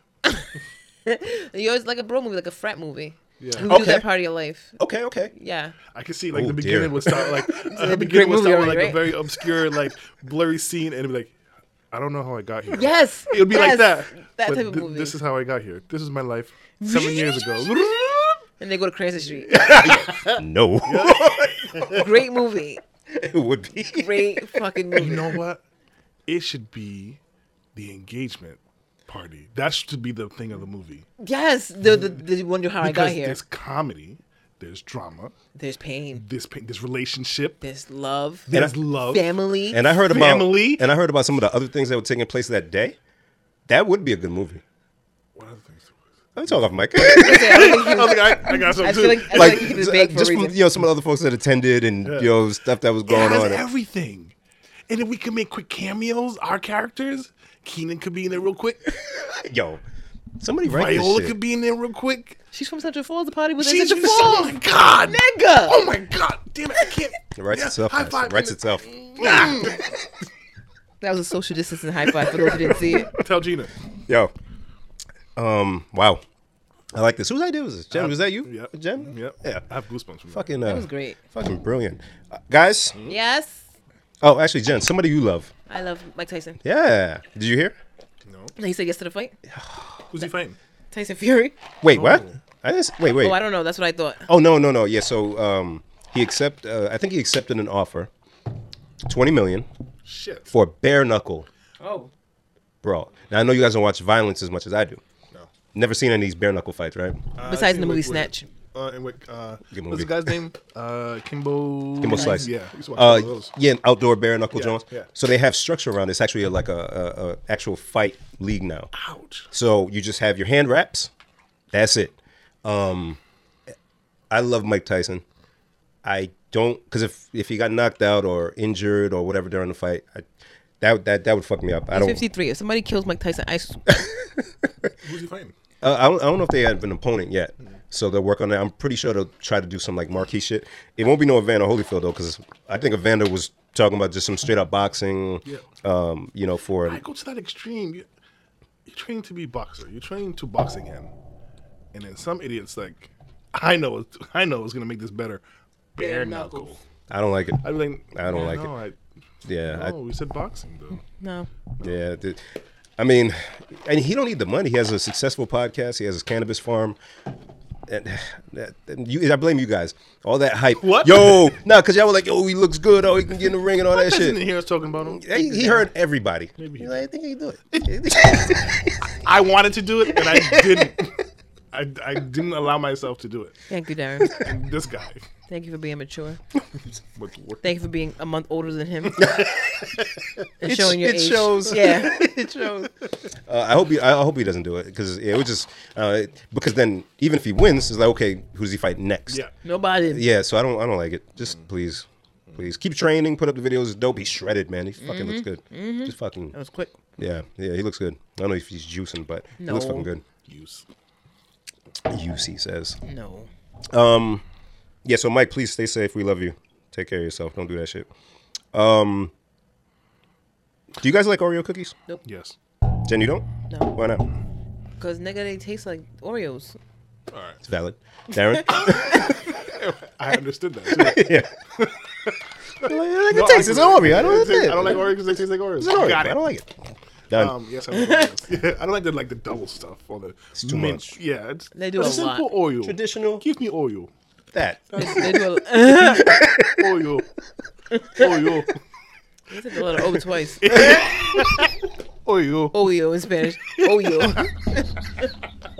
Yours like a bro movie, like a frat movie. Yeah. Who do Okay. that part of your life? Okay, okay. Yeah. I can see like Oh, the dear. beginning would start like uh, the be beginning great would movie start with like already, a right? very obscure like blurry scene and it'd be like, I don't know how I got here. Yes. It would be like yes, that. That But type of thi- movie. This is how I got here. This is my life seven years ago. and they go to Crazy Street. No. Great movie. it would be. Great fucking movie. You know what? It should be the engagement party. That should be the thing of the movie. Yes. The the, the wonder how I Because got here. There's comedy. There's drama. There's pain. This pa- this relationship. There's love. There's love. family. And I heard about Family. and I heard about some of the other things that were taking place that day. That would be a good movie. What other things? there was? I'm talking off mic. Okay, I don't think I you- think I, I got I something feel too. like, I feel like like uh, you could just beg for a just from, reason. you know some of the other folks that attended and you know stuff that was it going has on. everything. And if we can make quick cameos, our characters, Keenan could be in there real quick. Yo, somebody write Viola this shit. could be in there real quick. She's from Central Falls. The party was in She's Central oh Falls. my god, Nigga. Oh my god, damn it, I can't. It writes Yeah, itself. high guys. five It Mm. writes in the- itself. That was a social distancing high five for those who didn't see it. Tell Gina. Yo, um, wow, I like this. Whose idea was this? Jen, was that you? Uh, Yep. Mm, Jen. Yep. Yeah. I have goosebumps from Fucking. Uh, That was great. Fucking brilliant, uh, guys. Yes, Oh, actually, Jen, somebody you love. I love Mike Tyson. Yeah. Did you hear? that. No. He said yes to the fight. Who's he fighting? Tyson Fury. Oh. Wait, what? I just, wait, wait. Oh, I don't know. That's what I thought. Oh no, no, no. Yeah, so um, he accept. Uh, I think he accepted an offer, twenty million Shit. for bare knuckle Oh, brawl. Now I know you guys don't watch violence as much as I do. No. Never seen any of these bare knuckle fights, right? Uh, Besides in the movie Wick- Snatch. Uh, and Wick, uh, Good what's movie. the guy's name? Uh, Kimbo. Kimbo Slice. Yeah. we used to watch all of Uh, those. yeah, an outdoor bare knuckle Yeah, Jones. yeah. So they have structure around. it. It's actually like a, a, a actual fight league now. Ouch. So you just have your hand wraps. That's it. Um, I love Mike Tyson. I don't because if if he got knocked out or injured or whatever during the fight, I, that that that would fuck me up. I He's don't, 53. If somebody kills Mike Tyson, I s- Who's he fighting? uh, I don't I don't know if they have an opponent yet, so they'll work on that. I'm pretty sure they'll try to do some like marquee shit. It won't be no Evander Holyfield though, because I think Evander was talking about just some straight up boxing. Yeah. Um, you know, for I go to that extreme. You, you're trained to be boxer. You're trained to box again, and then some idiots like, I know, it- I know, it's gonna make this better. Bare knuckle. I don't like it. I mean, I don't like it. Yeah, I- no, we said boxing though. no. Yeah, th- I mean, and he don't need the money. He has a successful podcast. He has his cannabis farm. And, that- and you, I blame you guys. All that hype. What? Yo, no, because y'all were like, "Oh, he looks good. Oh, he can get in the ring and all that Tyson didn't shit." hear us talking about him. He, he heard everybody. Maybe he He's like, I think he can do it. I wanted to do it, and I didn't. I, I didn't allow myself to do it. Thank you, Darren. And this guy. Thank you for being mature. What, what, Thank you for being a month older than him. and It- showing your it age. shows. Yeah. it shows. Uh, I hope he. I hope he doesn't do it because it was just uh, because then even if he wins, it's like okay, who's he fight next? yeah. Nobody. Yeah, so I don't I don't like it. Just please, please keep training. Put up the videos. It's Dope. He's shredded, man. He fucking Mm-hmm. looks good. Just fucking That was quick. yeah, yeah. He looks good. I don't know if he's juicing, but he looks No. fucking good. Use. UC says. No. Um, yeah. So Mike, please stay safe. We love you. Take care of yourself. Don't do that shit. Um, do you guys like Oreo cookies? Yes. Jen, you don't? No. Why not? Because, nigga, they taste like Oreos. All right. It's valid. Darren. I understood that. too. yeah. Like, I can No, taste it's I- Oreo. I don't, I don't like like Oreos because they taste like Oreos. it's Oreo. Got I it. don't like it. Done. Um, yes, I like Oreos. yeah, I don't like the like the double stuff or the it's too much. Yeah, it's, They do a a lot. simple Oreo. Traditional. Give me Oreo. that. They do a, Oreo. Oreo. they said the letter O twice. Oreo. Oreo in Spanish. Oreo.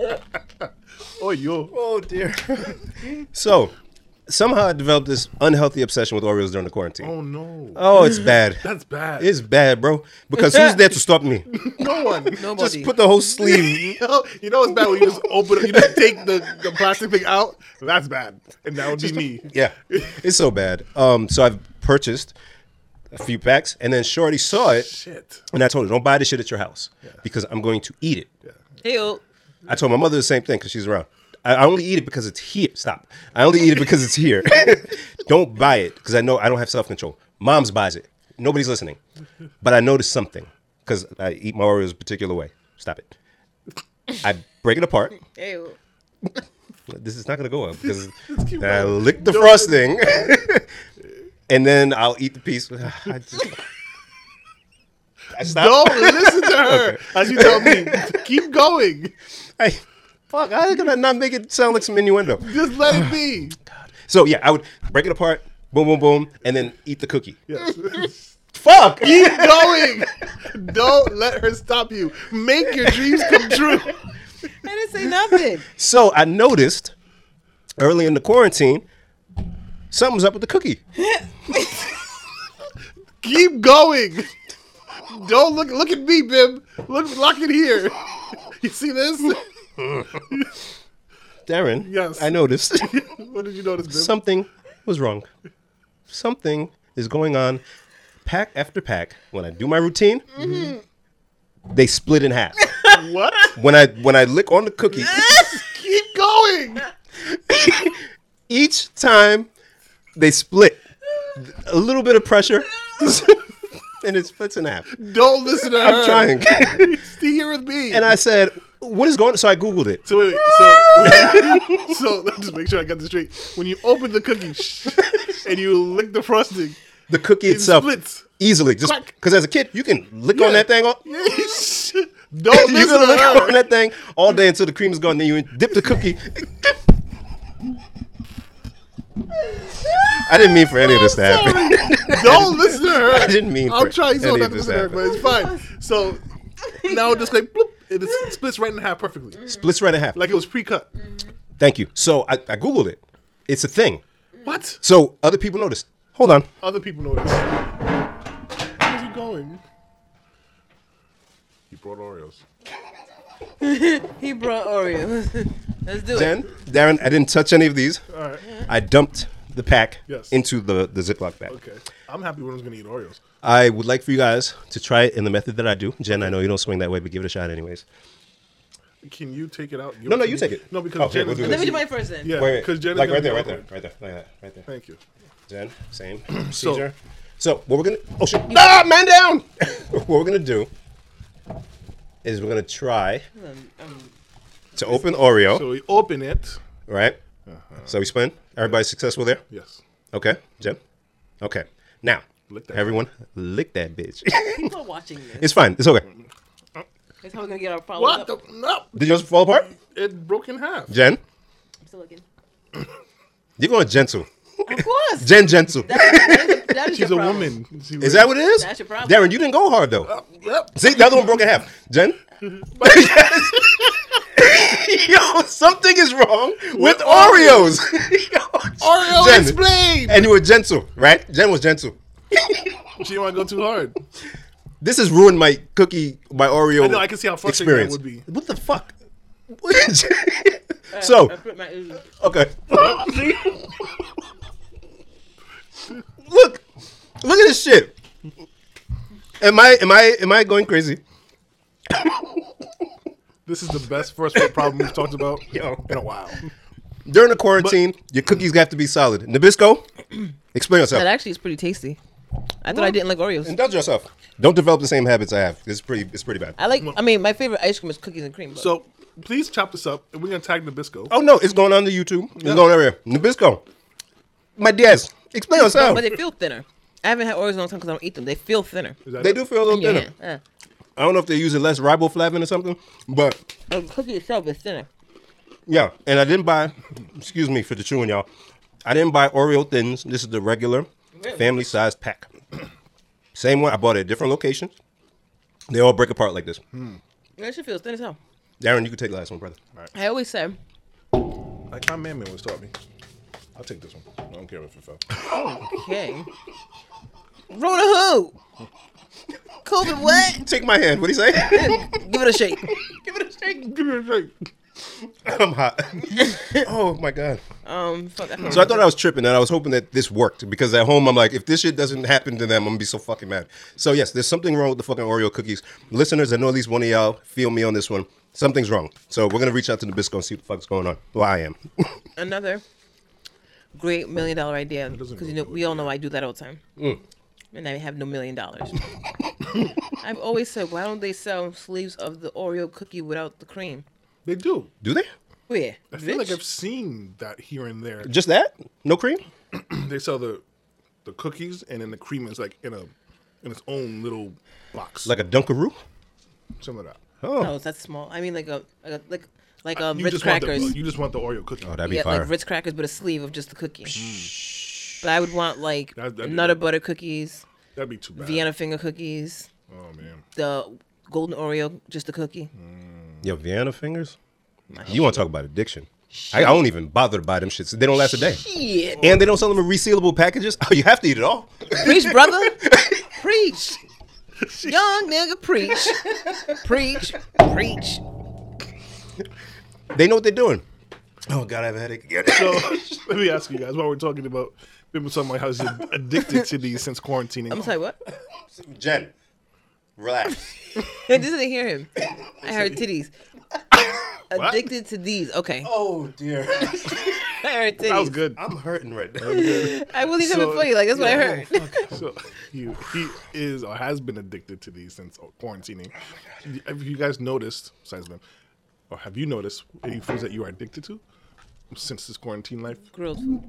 Oreo. Oh dear. so, somehow I developed this unhealthy obsession with Oreos during the quarantine. Oh no. Oh, it's bad. That's bad. It's bad, bro. Because who's there to stop me? no one. Nobody. Just put the whole sleeve. You know, you know it's bad when you just open it, you just take the, the plastic thing out. That's bad. And that would be me. Yeah, it's so bad. Um, so I've purchased a few packs, and then Shorty saw it, Shit. and I told her, "Don't buy this shit at your house because I'm going to eat it." Heyo. I told my mother the same thing because she's around. I, I only eat it because it's here. Stop. I only eat it because it's here. don't buy it because I know I don't have self control. Mom's buys it. Nobody's listening. But I noticed something because I eat my Oreos a particular way. Stop it. I break it apart. Heyo. This is not gonna go up because keep I going. lick the frosting, and then I'll eat the piece. I just. I stop. Don't listen to her. As you tell me, keep going. Hey, fuck! How could I not make it sound like some innuendo? Just let it be. So yeah, I would break it apart, boom, boom, boom, and then eat the cookie. Yes. Fuck! Keep going. Don't let her stop you. Make your dreams come true. I didn't say nothing. So I noticed early in the quarantine, something's up with the cookie. Keep going. Don't look look at me, Bib. Look lock it here. You see this? Darren, Yes. I noticed what did you notice, Bib? something was wrong. Something is going on. Pack after pack, when I do my routine, Mm-hmm. they split in half. what? when I when I lick on the cookie, Keep going. each time they split, a little bit of pressure, and it splits in half. Don't listen to her. I'm trying. Stay here with me. And I said, "What is going?" So I googled it. So wait, wait, so so let's just make sure I got this straight. When you open the cookie sh- and you lick the frosting, The cookie it itself splits. easily, just Crack. because as a kid you can lick on Yeah. that thing. All, Don't you listen can to lick on her. that thing all day until the cream is gone. Then you dip the cookie. I didn't mean for any of this to happen. Don't listen to her. I didn't mean I'm for trying so any not of to this listen to her, to but it's fine. So now just like bloop, it is- it splits right in half perfectly, Splits right in half. like it was pre-cut. Thank you. So I, I googled it. It's a thing. What? So other people noticed. Hold on. Other people notice. Where's he going? He brought Oreos. He brought Oreos. Let's do it. Then Darren, I didn't touch any of these. All right. I dumped the pack Yes. into the the Ziploc bag. Okay. I'm happy when I was gonna eat Oreos. I would like for you guys to try it in the method that I do. Jen, I know you don't swing that way, but give it a shot anyways. Can you take it out? No, no, can you take it. No, because Oh, here, Jen we'll is do gonna Let me this. do mine first then. Wait, Yeah, wait, because Jen like is right there, gonna right be there, awkward. right there, like that, right there. Thank you. Jen, same So- procedure. So, what we're gonna oh shit, ah, man down. what we're gonna do is we're gonna try Um, um, to open Oreo, So Uh-huh. we open it. right? So we spin. Everybody successful there? Yes. Okay, Jen. Okay, now Lick that everyone lick that bitch. people are watching this. it's fine. It's okay. That's how we're gonna get our followers What up. the? No, Did yours fall apart, it broke in half. Jen? I'm still looking. You're going gentle, Of course. Jen gentle. That is She's a your problem. woman. She Is that what it is? That's your problem. Darren, you didn't go hard Uh, though. Yep. See, the other one broke in half. Jen? Yo, something is wrong with Oreos. Yo, Oreo Jen. explain. and you were gentle, right? Jen was gentle. She didn't want to go too hard. This has ruined my cookie, my Oreo I know, I can see how frustrating that experience. would be. What the fuck? so, I put my- okay. Look, look at this shit. Am I am I am I going crazy? This is the best first world problem we've talked about Yo. in a while. during the quarantine, your cookies have to be solid. Nabisco, explain yourself. That actually is pretty tasty. I thought I didn't like Oreos. Indulge yourself. Don't develop the same habits I have. It's pretty. It's pretty bad. I like. I mean, my favorite ice cream is cookies and cream. But So please chop this up, and we're gonna tag Nabisco. Oh no, it's going on the YouTube. It's going everywhere. Nabisco, my dears, explain yourself. but they feel thinner. I haven't had Oreos in a long time because I don't eat them. They feel thinner. Is that They it? do feel a little thinner. Yeah. I don't know if they're using less riboflavin or something, but Uh, the cookie itself is thinner. yeah. And I didn't buy. Excuse me for the chewing, y'all. I didn't buy Oreo thins. This is the regular Really? family sized pack. Same one. I bought it at different locations. They all break apart like this. Yeah, she feels thin as hell. Darren, you can take the last one, brother. I always say, Like my man man was taught me. I'll take this one. I don't care if it fell. okay. Rona who? COVID what? Take my hand. What do you say? Give it a shake. Give it a shake. Give me a drink. I'm hot. oh my god. Um, fuck, I So I thought I was tripping, and I was hoping that this worked because at home I'm like, if this shit doesn't happen to them, I'm gonna be so fucking mad. So yes, there's something wrong with the fucking Oreo cookies. Listeners, I know at least one of y'all feel me on this one. Something's wrong. So we're gonna reach out to Nabisco and see what the fuck's going on. Well, I am. another great million dollar idea doesn't Mm. because you go know we all know I do that all the time, and I have no million dollars. I've always said, why don't they sell sleeves of the Oreo cookie without the cream? Oh, They do. Do they? Where? I feel like Bitch? I've seen that here and there. Just that? No cream? They sell the the cookies, and then the cream is like in a in its own little box. Like a Dunkaroo? some of that. Oh, No, that's small. I mean, like a like a, like like um, You Ritz just crackers. want the you just want the Oreo cookie. oh that'd be yeah, fire. like Ritz crackers, but a sleeve of just the cookie. But I would want Mm. like That- that'd be nutter good. butter cookies, That'd be too bad. Vienna finger cookies, Oh man. the golden Oreo, just a cookie. Mm. Yo, Vienna fingers. You want to talk about addiction? I, I don't even bother to buy them shits. They don't last a day, Shit, and they don't sell them in resealable packages. Oh, you have to eat it all. Oh. preach, brother, preach. Young nigga, preach, preach, preach. They know what they're doing. Oh God, I have a headache again. So let me ask you guys while we're talking about people talking about how you're addicted to these since quarantining. I'm sorry, what? Jen, relax. I just didn't hear him. I heard titties. Addicted to these. Okay. Oh dear, I heard titties. that was good. I'm hurting right now. I really So- didn't Oh. for you. Like that's what I heard. So he, he is or has been addicted to these since quarantining. Oh have you guys noticed, besides them, or have you noticed any foods that you are addicted to since this quarantine life? grilled food.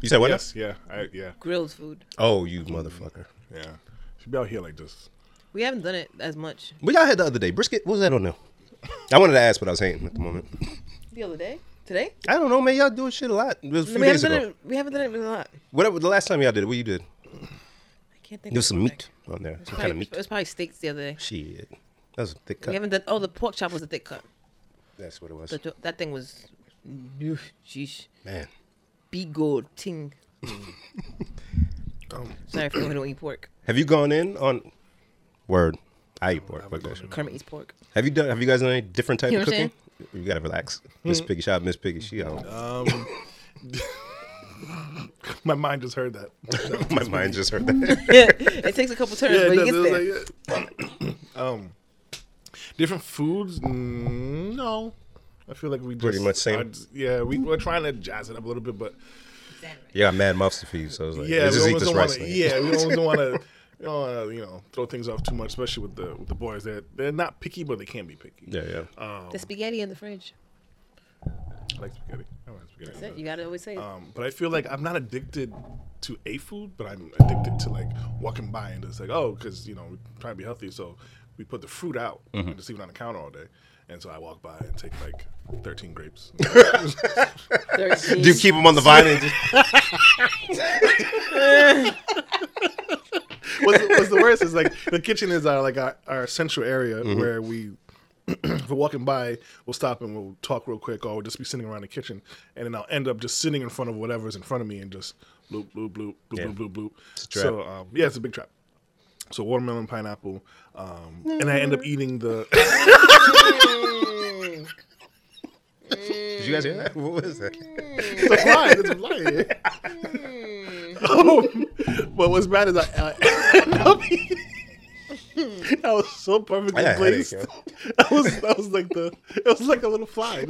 You said what? Yes, yeah, I, yeah, Grilled food. Oh, you motherfucker. yeah. Should be out here like this. We haven't done it as much. But y'all had the other day brisket. What was that on there? I wanted to ask what I was hating at the moment. The other day. Today? I don't know, man. Y'all doing shit a lot. It was a few we days haven't done ago. it we haven't done it in a lot. Whatever the last time y'all did it, what you did? I can't There think was of some something. meat on there. Some Probably, kind of meat. It was probably steaks the other day. Shit. That was a thick We cut. haven't done. Oh, the pork chop was a thick cut. That's what it was. That, that thing was. Oof, Sheesh. Man. Be good. Ting. Um. Sorry for anyone who don't eat pork. Have you gone in on Word. I eat pork. Fuck that shit. Kermit eats pork. Have you done have you guys done any different type You of cooking? understand? You gotta relax. Miss Piggy shot Miss Piggy. She out. Um, my mind just heard that. My mind just heard that. it takes a couple turns, Yeah, but it does, you get it was there. like that. um, different foods? Mm, No, I feel like we just Pretty much same. are- yeah, we, we're trying to jazz it up a little bit, but yeah, I'm mad muffs for you, so I was like, yeah, let's we just eat almost this don't rice. wanna, man. yeah, we almost don't want to. We don't want to, you know, throw things off too much, especially with the with the boys. They're they're not picky, but they can be picky. Yeah, yeah. Um, The spaghetti in the fridge. I like spaghetti. I like spaghetti. That's it. You gotta always say Uh, it. Um, but I feel like I'm not addicted to a food, but I'm addicted to like walking by and it's like, oh, because you know we're trying to be healthy, so we put the fruit out and just leave it on the counter all day. And so I walk by and take like 13 grapes. Thirteen. Do you keep them on the vine and just what's, what's the worst is like the kitchen is our like our, our central area Mm-hmm. where we if we're walking by we'll stop and we'll talk real quick or we'll just be sitting around the kitchen and then i'll end up just sitting in front of whatever's in front of me and just bloop bloop bloop bloop Yeah. bloop bloop bloop a trap. so um, yeah it's a big trap so watermelon pineapple um, and i end up eating the Did you guys hear that? What was that? it's a lie it's a lie um, but what's bad is i, I end up eating I was so perfectly I got a headache, placed. yo. I was I was like the it was like a little fly.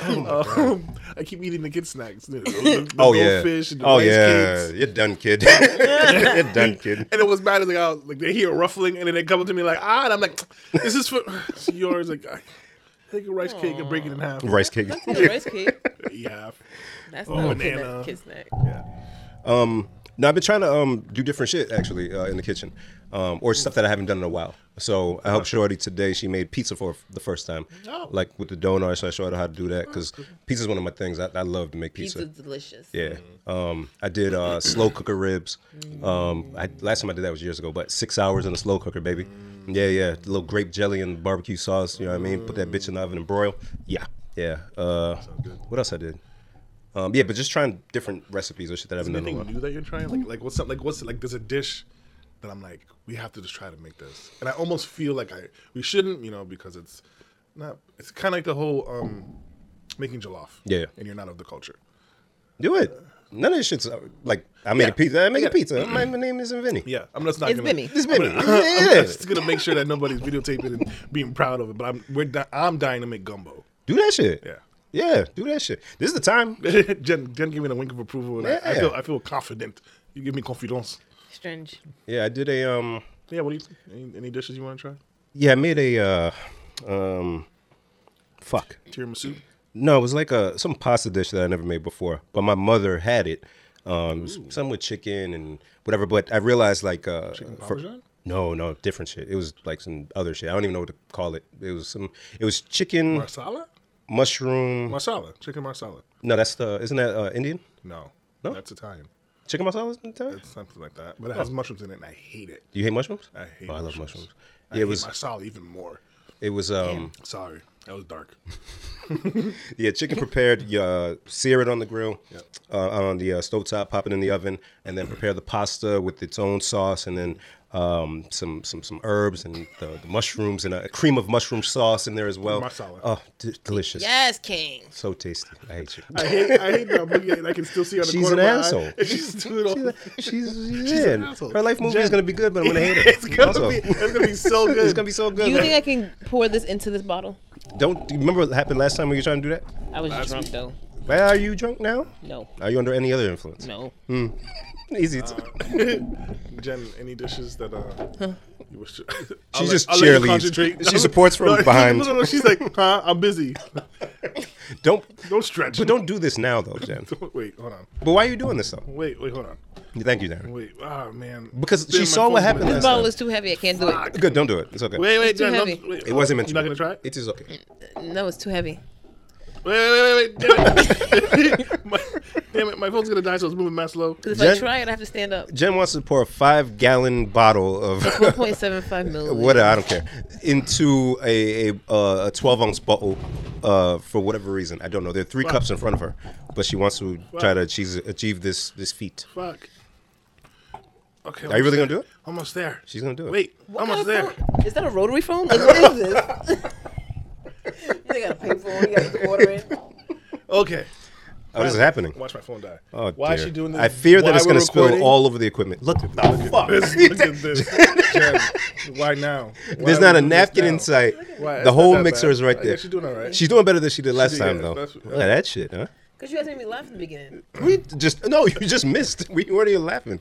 um, I keep eating the kid snacks. The, the, the Oh yeah. goldfish and the oh rice yeah. cakes. You're done, kid. You're done, kid. And it was bad. It's Like, I was, like they hear ruffling, and then they come up to me like, ah, and I'm like, this is for it's yours. Like, I take a rice cake and break it in half. Rice cake. That's not a rice cake. Yeah, That's Oh, not a kid banana. snack. Kid snack. Um, no, I've been trying to um do different shit actually uh, in the kitchen, um, or stuff that I haven't done in a while. So I helped Shorty today. She made pizza for the first time, Oh. like with the donuts. So I showed her how to do that because pizza is one of my things. I, I love to make pizza. Pizza's delicious. Yeah. Mm-hmm. Um, I did uh, slow cooker ribs. Um, I, last time I did that was years ago, but six hours in a slow cooker, baby. Mm-hmm. Yeah, yeah. A little grape jelly and barbecue sauce. You know what I mean? Put that bitch in the oven and broil. Yeah, yeah. Uh, what else I did? Um, yeah, but just trying different recipes or shit that I haven't done in a anything while. new that you're trying? Like, like what's up? Like, what's like? There's a dish that I'm like, we have to just try to make this, and I almost feel like I we shouldn't, you know, because it's not. It's kind of like the whole um making jollof. Yeah. and you're not of the culture. Do it. None of this shit's uh, like I made Yeah. a pizza. I make Yeah. Mm-hmm. a pizza. My, my name isn't Vinny. Yeah, I'm just not It's gonna. Vinny. It's Vinny. I'm Yeah. just gonna make sure that nobody's videotaping and being proud of it. But I'm we're di- I'm dying to make gumbo. Do that shit. Yeah. Yeah. Do that shit. This is the time. Jen, Jen gave me a wink of approval, and I, I Yeah. feel I feel confident. You give me confidence. Strange. Yeah, I did a um. Yeah, what do you? Any, any dishes you want to try? Yeah, I made a uh, um, fuck. Tiramisu. No, it was like a some pasta dish that I never made before, but my mother had it. Um, it was some with chicken and whatever. But I realized like uh, for- parmesan? no, no, different shit. It was like some other shit. I don't even know what to call it. It was some. It was chicken Marsala. mushroom. Marsala. Chicken marsala. No, that's the. Isn't that uh, Indian? No. No? That's Italian. Chicken masala is Italian? It's something like that. But it has mushrooms in it, and I hate it. Do you hate mushrooms? Oh. I hate Oh, I love mushrooms. mushrooms. I Yeah, hate it was. marsala even more. It was. Um, Sorry. That was dark. Yeah, chicken prepared. You uh, sear it on the grill, uh, on the uh, stove top, pop it in the oven, and then prepare the pasta with its own sauce, and then um, some some some herbs and the, the mushrooms and a cream of mushroom sauce in there as well. Marsala. Oh, d- delicious. Yes, King. So tasty. I hate you. I hate, I hate that movie, and I can still see her on the She's corner an of my eye, asshole. and she's doing all. She's, she's in. asshole. Her life movie is Jen. gonna be good, but I'm gonna hate it. It's gonna Also, be, it's gonna be so good. it's gonna be so good. Do you man. think I can pour this into this bottle? Don't do you remember what happened last time when you were trying to do that? I was just drunk though. Why are you drunk now? No, Are you under any other influence? no. Easy. To, Jen, any dishes that uh, you wish? To, She just I'll let you cheerleads. concentrate. She supports from No, behind. No, no, no, she's like, huh? I'm busy. don't Don't stretch. but don't do this now though, Jen. Wait, hold on. But why are you doing this though? Wait, wait, hold on. Thank you, Darren. Wait, ah, man. Because Damn, she my saw what phone's happened been- This last bottle time. is too heavy. I can't do it. Good, don't do it. It's okay. Wait, wait, It's too Jen. Don't, heavy. wait, It wasn't meant to you not be. gonna try it. It is okay. No, it's too heavy. Wait, wait, wait, wait. Damn it. my, damn it, my phone's gonna die, so it's moving mad slow. 'Cause if I Jen- try it, I have to stand up. Jen wants to pour a five gallon bottle of 1.75 milliliters. what I don't care into a a, uh, a twelve ounce bottle uh, for whatever reason. I don't know. There are three cups in front of her, but she wants to try to achieve, achieve this this feat. Fuck. Okay. Are you really gonna do it? Almost there. She's gonna do it. Wait, almost there. Is that a rotary phone? Like, what is this? you gotta pay for it. You gotta order it. Okay. Oh, this is happening. Watch my phone die. Oh, Why dear. is she doing this? I fear that Why it's we're going to spill recording? all over the equipment. Look, the fuck. This, look at this. Jen, why now? Why There's are not we a doing this napkin now? in sight. Why? It's The not whole that mixer bad. is right I there. guess she's doing all right. She's doing better than she did last did, time, yeah, though. that's- Look at that shit, huh? Because you guys made me laugh at the beginning. We just no, you just missed. We weren't even laughing.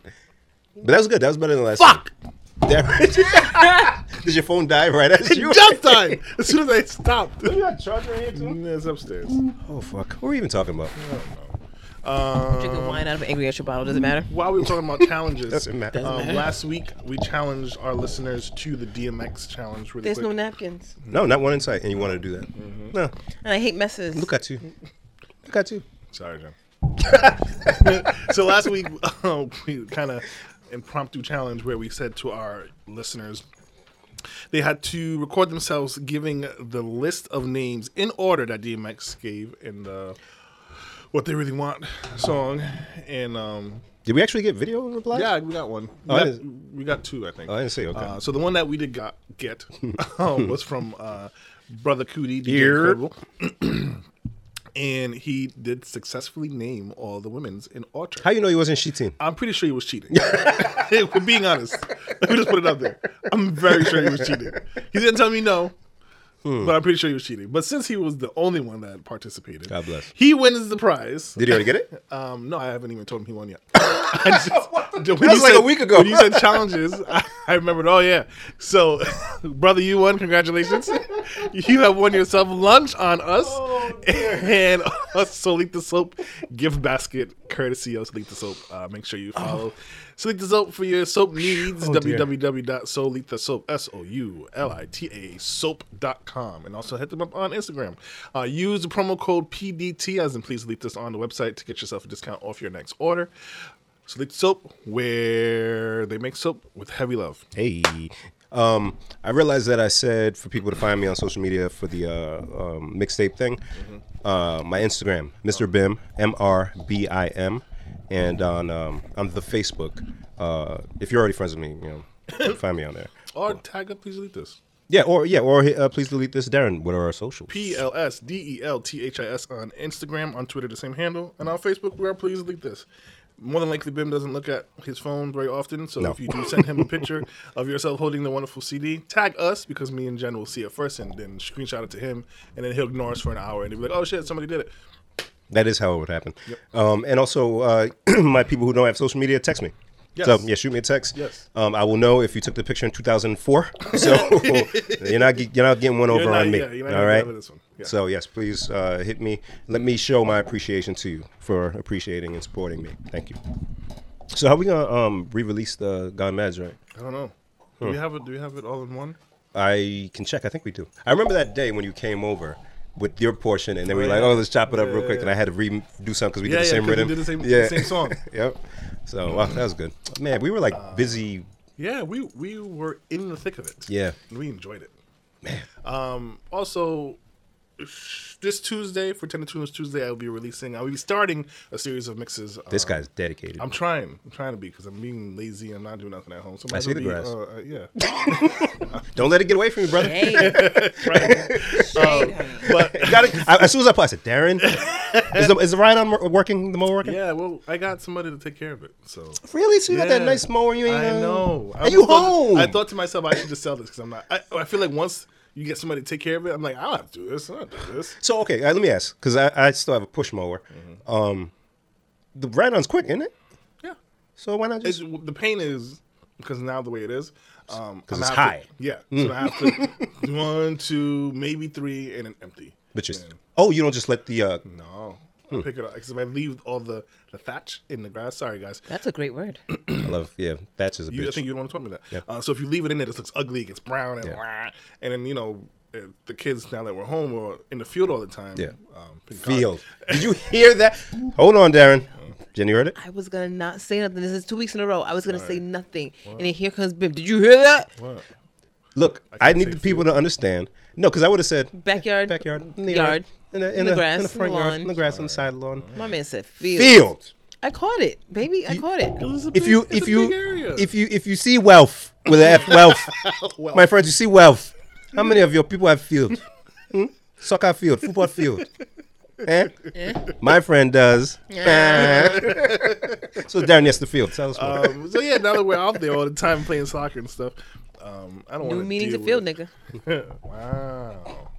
But that was good. That was better than last Fuck! time. Damn. Did your phone die right at you? Just time. As soon as I stopped. You got a charger in here too? Mm, it's upstairs. Oh fuck. What were we even talking about? Drinking Um, wine out of an Angry Orchard bottle. Does it matter? while we were talking about challenges, Doesn't matter. um, last week we challenged our listeners to the DMX challenge. Really There's no quick. napkins. No, not one in sight. And you wanted to do that? Mm-hmm. No. And I hate messes. Look at you. Look at you. Sorry, John. so last week um, we kind of impromptu challenge where we said to our listeners they had to record themselves giving the list of names in order that DMX gave in the "What They Really Want" song, and um, Did we actually get video replies? yeah, we got one. Oh, I we, got, didn't- we got two, I think. Oh, I didn't see. Okay. Uh, so the one that we did got, get um, was from uh, Brother Cootie, DJ Here. Quavo. and he did successfully name all the women's in Orchard. How you know he wasn't cheating? I'm pretty sure he was cheating. If We're being honest. Let me just put it out there. I'm very sure he was cheating. He didn't tell me no, Hmm. but I'm pretty sure he was cheating. But since he was the only one that participated, God bless. He wins the prize. Did he already get it? Um, no, I haven't even told him he won yet. I just, when you was like a said- week ago. When you said challenges, I, I remembered. Oh yeah, so brother, you won. Congratulations, you have won yourself lunch on us Oh, and a Solita Soap gift basket, courtesy of Solita Soap. Uh, make sure you follow Solita Soap for your soap needs. Oh, dear. www.solitasoap s o u l i t a soap.com and also hit them up on Instagram. Uh, use the promo code PDT as in please leave this on the website to get yourself a discount off your next order. Solita Soap, where they make soap with heavy love. Hey. Um, I realized that I said for people to find me on social media for the uh, um, mixtape thing. Uh, my Instagram, Mr. Bim, M R B I M, and on um, on the Facebook. Uh, if you're already friends with me, you know, find me on there. Or tag up, please delete this. Yeah, or yeah, or uh, please delete this, Darren. What are our socials? P L S D E L T H I S on Instagram, on Twitter, the same handle, and on Facebook, we are please delete this. More than likely, Bim doesn't look at his phone very often, so if you do send him a picture of yourself holding the wonderful CD, tag us because me and Jen will see it first and then screenshot it to him, and then he'll ignore us for an hour and he'll be like, oh shit, somebody did it. That is how it would happen. Um, and also, uh, my people who don't have social media, text me. Yes. So yeah, shoot me a text. Yes. Um, I will know if you took the picture in 2004. So you're not ge- you're not getting one over You're not- on me. yeah, you're not all gonna right. get this one. Yeah. So yes, please uh, hit me. Let me show my appreciation to you for appreciating and supporting me. Thank you. So how we gonna um, re-release the Gone Mads? Right. I don't know. Hmm. Do we have it? Do we have it all in one? I can check. I think we do. I remember that day when you came over with your portion, and then we were Oh, like, yeah. "Oh, let's chop it up Yeah, real yeah, quick." yeah. And I had to redo something because we did Yeah, the yeah, same 'cause we rhythm. did the same- same song. yep. So wow, that was good. Man, we were like Uh, busy. Yeah, we we were in the thick of it. Yeah. And we enjoyed it. Man. Um, also, this Tuesday for Ten to Tunes Tuesday, I will be releasing. I will be starting a series of mixes. This uh, guy's dedicated. I'm trying. I'm trying to be because I'm being lazy. I'm not doing nothing at home. So might I see as the well grass. be, uh, uh, yeah. Don't let it get away from you, brother. Hey, shade, honey. But you gotta, I- as soon as I put, I said, Darren, is the, is the Ryan on wor- working? The mower working? Yeah, well, I got somebody to take care of it. So Really? So you got that Yeah. nice mower? You ain't. I uh, know. I And you was supposed- home? I thought to myself, I should just sell this because I'm not. I, I feel like once you get somebody to take care of it, I'm like, I don't have to do this. I don't do this. So okay, uh, let me ask because I, I still have a push mower. Mm-hmm. Um, the ride-on's quick, isn't it? Yeah. So why not It's, just? the pain is because now the way it is. Um, 'Cause I'm it's gonna have high. Mm. To, yeah. So I have to one, two, maybe three, and an empty. But just oh, you don't just let the uh, No. I'll pick it up because if I leave all the, the thatch in the grass, sorry guys, That's a great word. I love yeah, that's just a You, I bitch. think you don't want to taught me that. Uh, so if you leave it in there, it looks ugly. It gets brown and wah, and then you know uh, the kids now that we're home or in the field all the time. Yeah. um, pretty Field. Did you hear that? Hold on, Darren. Jenny heard it. I was gonna not say nothing. This is two weeks in a row. I was gonna say nothing, and then here comes Bim. Did you hear that? What? Look, I, I need say the people to understand. No, because I would have said Backyard, backyard, in the yard. in the, in in the in the grass, in the front yard, lawn. in the grass, on the side lawn. My man said field. Field. I caught it, baby. I caught it. If you It's if a you big area. if you if you see wealth with an F wealth, Wealth. my friends, you see wealth. How many of your people have field? Hmm? Soccer field, football field. Eh? My friend does. so Darren, yes, the field. Tell us more. Um, so yeah, now that we're out there all the time playing soccer and stuff, um, I don't want New meetings of field, nigga. wow. All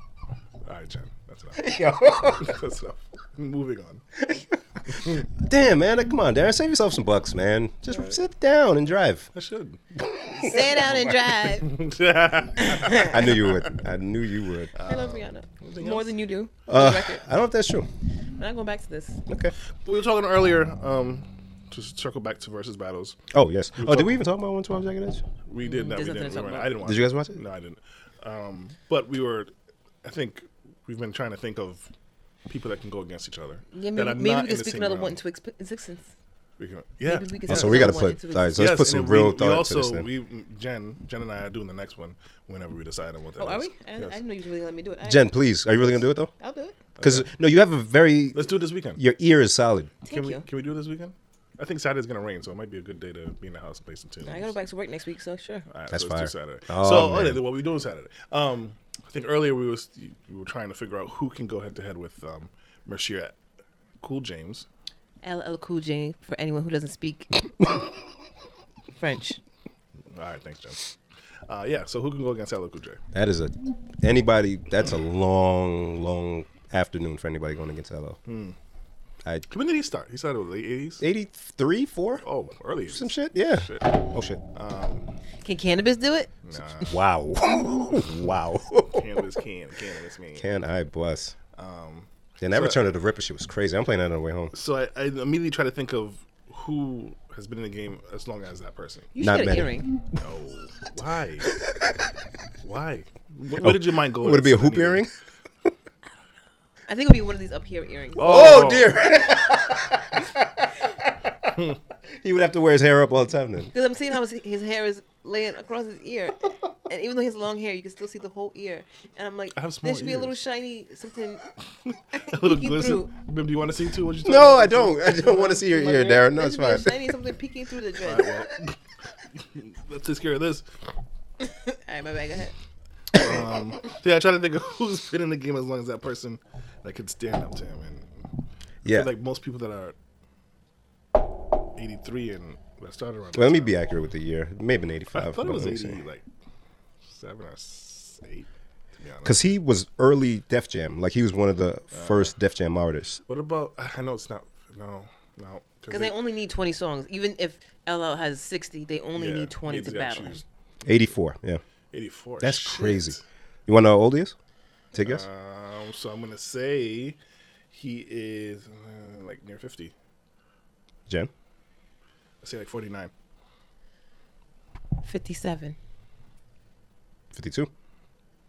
right, Jen, that's enough. that's enough. Moving on. Damn, man. Like, Come on, Darren. Save yourself some bucks, man. Just sit down and drive. I should. Sit down and drive. I knew you would. I knew you would. Uh, I love Rihanna more than you do. for Uh, the record. I don't know if that's true. I'm not going back to this. Okay. we were talking earlier. Um, to circle back to versus battles. Oh, yes. Oh, did we even talk about 112 Jagged Edge? We did that. There's We nothing didn't. We to Mm-hmm. talk weren't- about. I didn't watch. Did you guys watch it? No, I didn't. Um, but we were. I think we've been trying to think of people that can go against each other. Yeah, that maybe, are maybe not we in can the speak same another round. one into ex- existence. We can, yeah. Maybe we can Oh, Yeah. so we got to Another put. one. All right, so let's Yes, put and some then real we, thought we into this also, thing. we Jen, Jen and I are doing the next one whenever we decide on what. that Oh, are is. we? I, Yes. I didn't know you were really let me do it. I, Jen, please. Are you really gonna do it though? I'll do it. Because no, you have a very. Uh, Let's do it this weekend. Your ear is solid. Thank Can we you. can we do it this weekend? I think Saturday's gonna rain, so it might be a good day to be in the house and play some tunes. I gotta go back to work next week, so sure. All right, That's so let's do fire. Saturday. Oh, so man. okay, then what we doing Saturday? Um, I think earlier we was we were trying to figure out who can go head to head with um, Mercier, Cool James. LL Cool J for anyone who doesn't speak French. All right, thanks, James. Uh, yeah, so who can go against LL Cool J? That is a. Anybody. That's a long, long afternoon for anybody going against LO. Hmm. I When did he start? He started in the late eighties. 83, four. Oh, early. 80s. Some shit. Yeah. Shit. Oh shit. Can cannabis do it? Nah, wow. wow. cannabis can, cannabis man. Can I bust? Um. And that so- return of the Ripper shit was crazy. I'm playing that on the way home. So I, I immediately try to think of who has been in the game as long as that person. You Not should get many. an earring. No, why? why? Wh- Where, did your mind go? Would it be a hoop earring? I think it'll be one of these up here earrings. Oh, dear. he would have to wear his hair up all the time then. Because I'm seeing how his, his hair is laying across his ear, and even though he has long hair, you can still see the whole ear. And I'm like, I have small there should be a little ears. shiny something. A little peeking glisten. through. Bim, do you want to see too? What you talking No, I don't. I don't want to see your Like, ear, there- Darren. No, there it's should be a fine. Shiny something peeking through the dress. All Alright, well, let's take care of this. right, my bad. Go ahead. Um, yeah, I try to think of who's been in the game as long as that person that could stand up to him. And Yeah. like most people that are 83 and that started around. Well, let that me time. be accurate with the year. Maybe an 85. I thought it was 80, Because like seven or s- eight. To be honest. he was early Def Jam. Like, he was one of the first Def Jam artists. What about? I know it's not. No, no. Because they only need 20 songs. Even if LL has 60, they only yeah, need 20 he's to got battle. shoes. 84. Yeah. 84. That's Shit. crazy. You want to know how old he is? Take a guess. Um, so I'm gonna say he is uh, like near 50. Jen? I say like 49. 57. 52.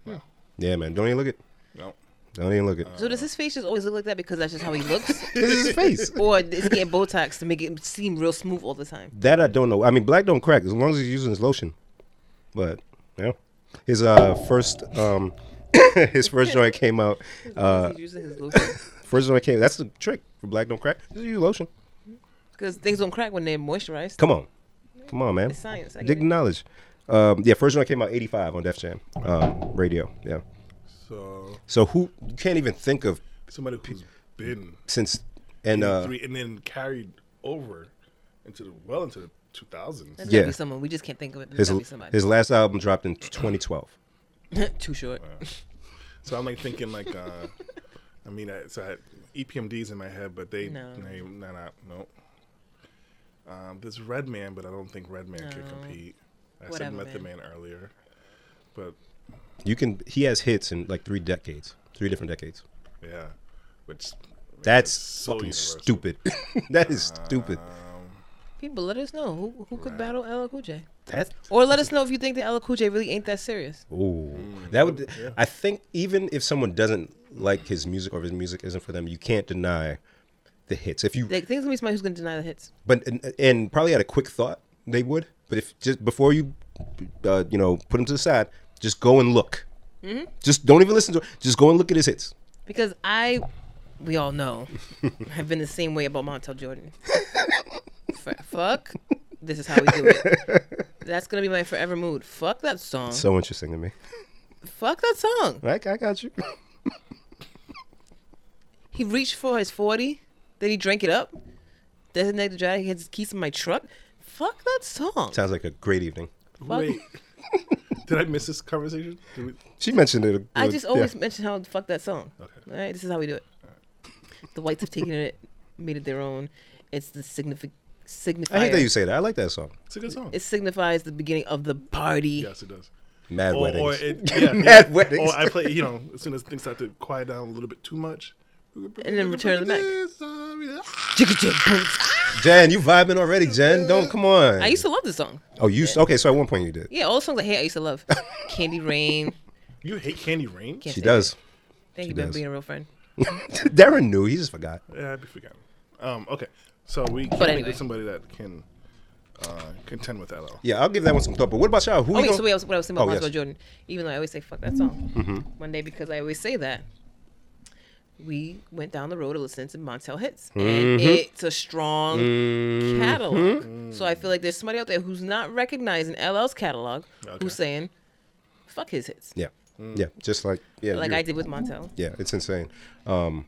Hmm. Wow. Yeah, man. Don't even look it. No. Don't even look it. So does his face just always look like that because that's just how he looks? this is his face. or is he getting Botox to make it seem real smooth all the time? That I don't know. I mean, black don't crack as long as he's using his lotion. But yeah, his uh first um his first joint came out. Uh, He's using his lotion first joint came. That's the trick for black don't crack. Just use lotion. because things don't crack when they're moisturized. Come on, come on, man. It's science. I get Dig it. the knowledge. Um, yeah, first joint came out '85 on Def Jam um, radio. Yeah. So So who you can't even think of somebody who's been since and uh, three and then carried over into the well into the 2000s. That's Yeah. gotta be someone. We just can't think of it. There's his gotta be somebody. his last album dropped in 2012. Too short. So I'm like thinking like, uh, I mean, I, so I had E EPMDs in my head, but they, No. they, nah, nah, no. Um, there's Redman, but I don't think Redman Man can No. compete. I said Whatever, Method man. Man earlier, but You can he has hits in like three decades, three different decades. yeah, which That's so fucking universal. Ah. stupid. that is stupid. People, let us know who who could battle LL Cool J, That's or let us know if you think that LL Cool J really ain't that serious. Ooh, Mm, that would. I think even if someone doesn't like his music or if his music isn't for them, you can't deny the hits. If you, Like, things gonna be somebody who's gonna deny the hits. but and, and probably at a quick thought they would. But if just before you, uh, you know, put him to the side, just go and look. Mm-hmm. Just don't even listen to. it. Just go and look at his hits. Because I, we all know, have been the same way about Montel Jordan. F- fuck, this is how we do it. That's gonna be my forever mood. Fuck that song. So interesting to me. Fuck that song. Like I got you. He reached for his forty, then he drank it up. Designated driver, he had his keys in my truck. Fuck that song. Sounds like a great evening. Fuck. wait. Did I miss this conversation? Did we, She mentioned it. a- I uh, just yeah. always mention how fuck that song. Okay. All right, this is how we do it. The whites have taken it, made it their own. It's the signifi- signifier. I hate that you say that. I like that song. it's a good song. It signifies the beginning of the party. yes, it does. Mad Or, weddings. or it, yeah, Mad yeah. weddings. Or I play, you know, as soon as things start to quiet down a little bit too much. And then Return of the Mac. Mac. Jigga jig boom. Jan, you vibing already, Jan? Don't come on. I used to love this song. oh, you s- okay? So at one point you did. Yeah, all the songs I hate, I used to love. Candy Rain. You hate Candy Rain? Can't She stand it. does. Thank you, Ben, for does. being a real friend. Darren knew. He just forgot. Yeah, I'd be forgotten. Um, okay, so we can anyway. somebody that can uh, contend with LL. Yeah, I'll give that one some thought. But what about y'all? Who Oh, we wait, gonna- so wait, I was- what I was saying about Oh, Montel yes. Mm-hmm. Jordan, even though I always say fuck that song one day because I always say that. We went down the road to listen to Montel hits, and Mm-hmm. it's a strong catalog. So I feel like there's somebody out there who's not recognizing LL's catalog Okay. who's saying, fuck his hits. Yeah, yeah, just like yeah, Like you're- I did with Montel. Yeah, it's insane. Um,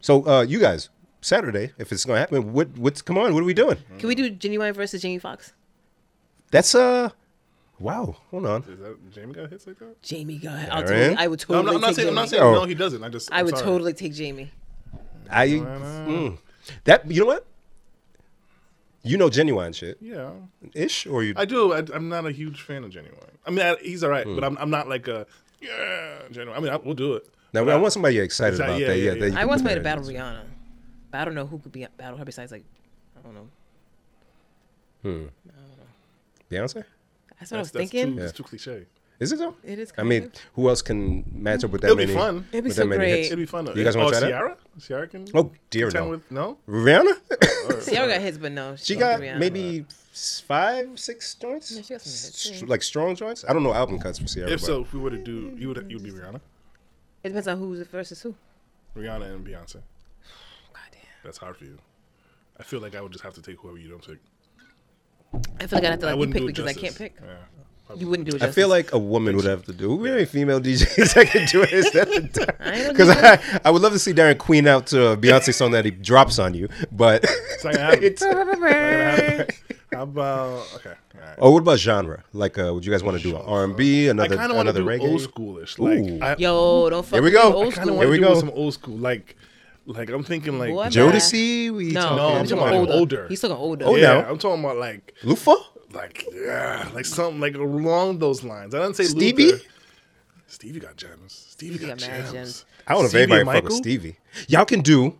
so uh, you guys, Saturday, if it's gonna happen, what what's come on? What are we doing? Can we do Genuine versus Jamie Foxx? That's uh, wow. Hold on. Is that Jamie got hits like that? Jamie, go ahead. I'll Darren? totally, I would No, I'm totally not, I'm not take saying. I'm Jamie. not saying Oh. no. He doesn't. I just. I I'm would sorry. totally take Jamie. I mm, that you know what? You know genuine shit Yeah, ish, or you? I do. I, I'm not a huge fan of Genuine. I mean, I, he's all right, Hmm. but I'm, I'm not like a yeah Genuine. I mean, I, we'll do it. now But I want somebody excited Exci- about yeah, that. yeah, Yeah, yeah. that you I can once played a compare battle it. Rihanna, but I don't know who could be battle her besides like I don't know. Beyonce. That's what I That's, was that's thinking. Too, It's too cliche. Is it though? It is I kind mean, of. who else can match up with that It'll be many? fun. It'd be with so that many great. hits? It'd be fun. though. You guys want oh, to try that? Ciara? Ciara can. Oh dear, contend no. with no. Rihanna. Ciara got hits, but no, She don't got do Rihanna. maybe s- five, six joints. Yeah, she got some hits, S- yeah. Like strong joints. I don't know album cuts for Sierra. If but so, if we were to do, you would you would be Rihanna, It depends on who's versus who. Rihanna and Beyonce. Goddamn. That's hard for you. I feel like I would just have to take whoever you don't take. I feel like I'd have to I let you wouldn't pick do it because I can't justice. pick. Yeah. You wouldn't do it. I Justice. feel like a woman would have to do. We any female DJs that can do it instead of I ain't Because gonna do it. I, I would love to see Darren Queen out to a Beyonce song that he drops on you, but not gonna happen. it's. How about okay? All right. Or what about genre? Like, uh, would you guys want to do an R and B, I another kind of want to another do reggae? old schoolish. Like Ooh. I, yo, don't fuck. Here we with go. the I kind Old school. of Here want we to do go. with some old school. Like like I'm thinking like Boy, Joe- Jodeci, we No, talking- I'm I'm talking talking older. about older. He's talking older. Oh, yeah, no. I'm talking about like Lufa, like yeah, like something like along those lines. I didn't say Stevie? Luther. Stevie got gems. Stevie, Stevie got got mad gems. gems. I don't know if Stevie anybody and Oh, fuck with Michael? Stevie. Y'all can do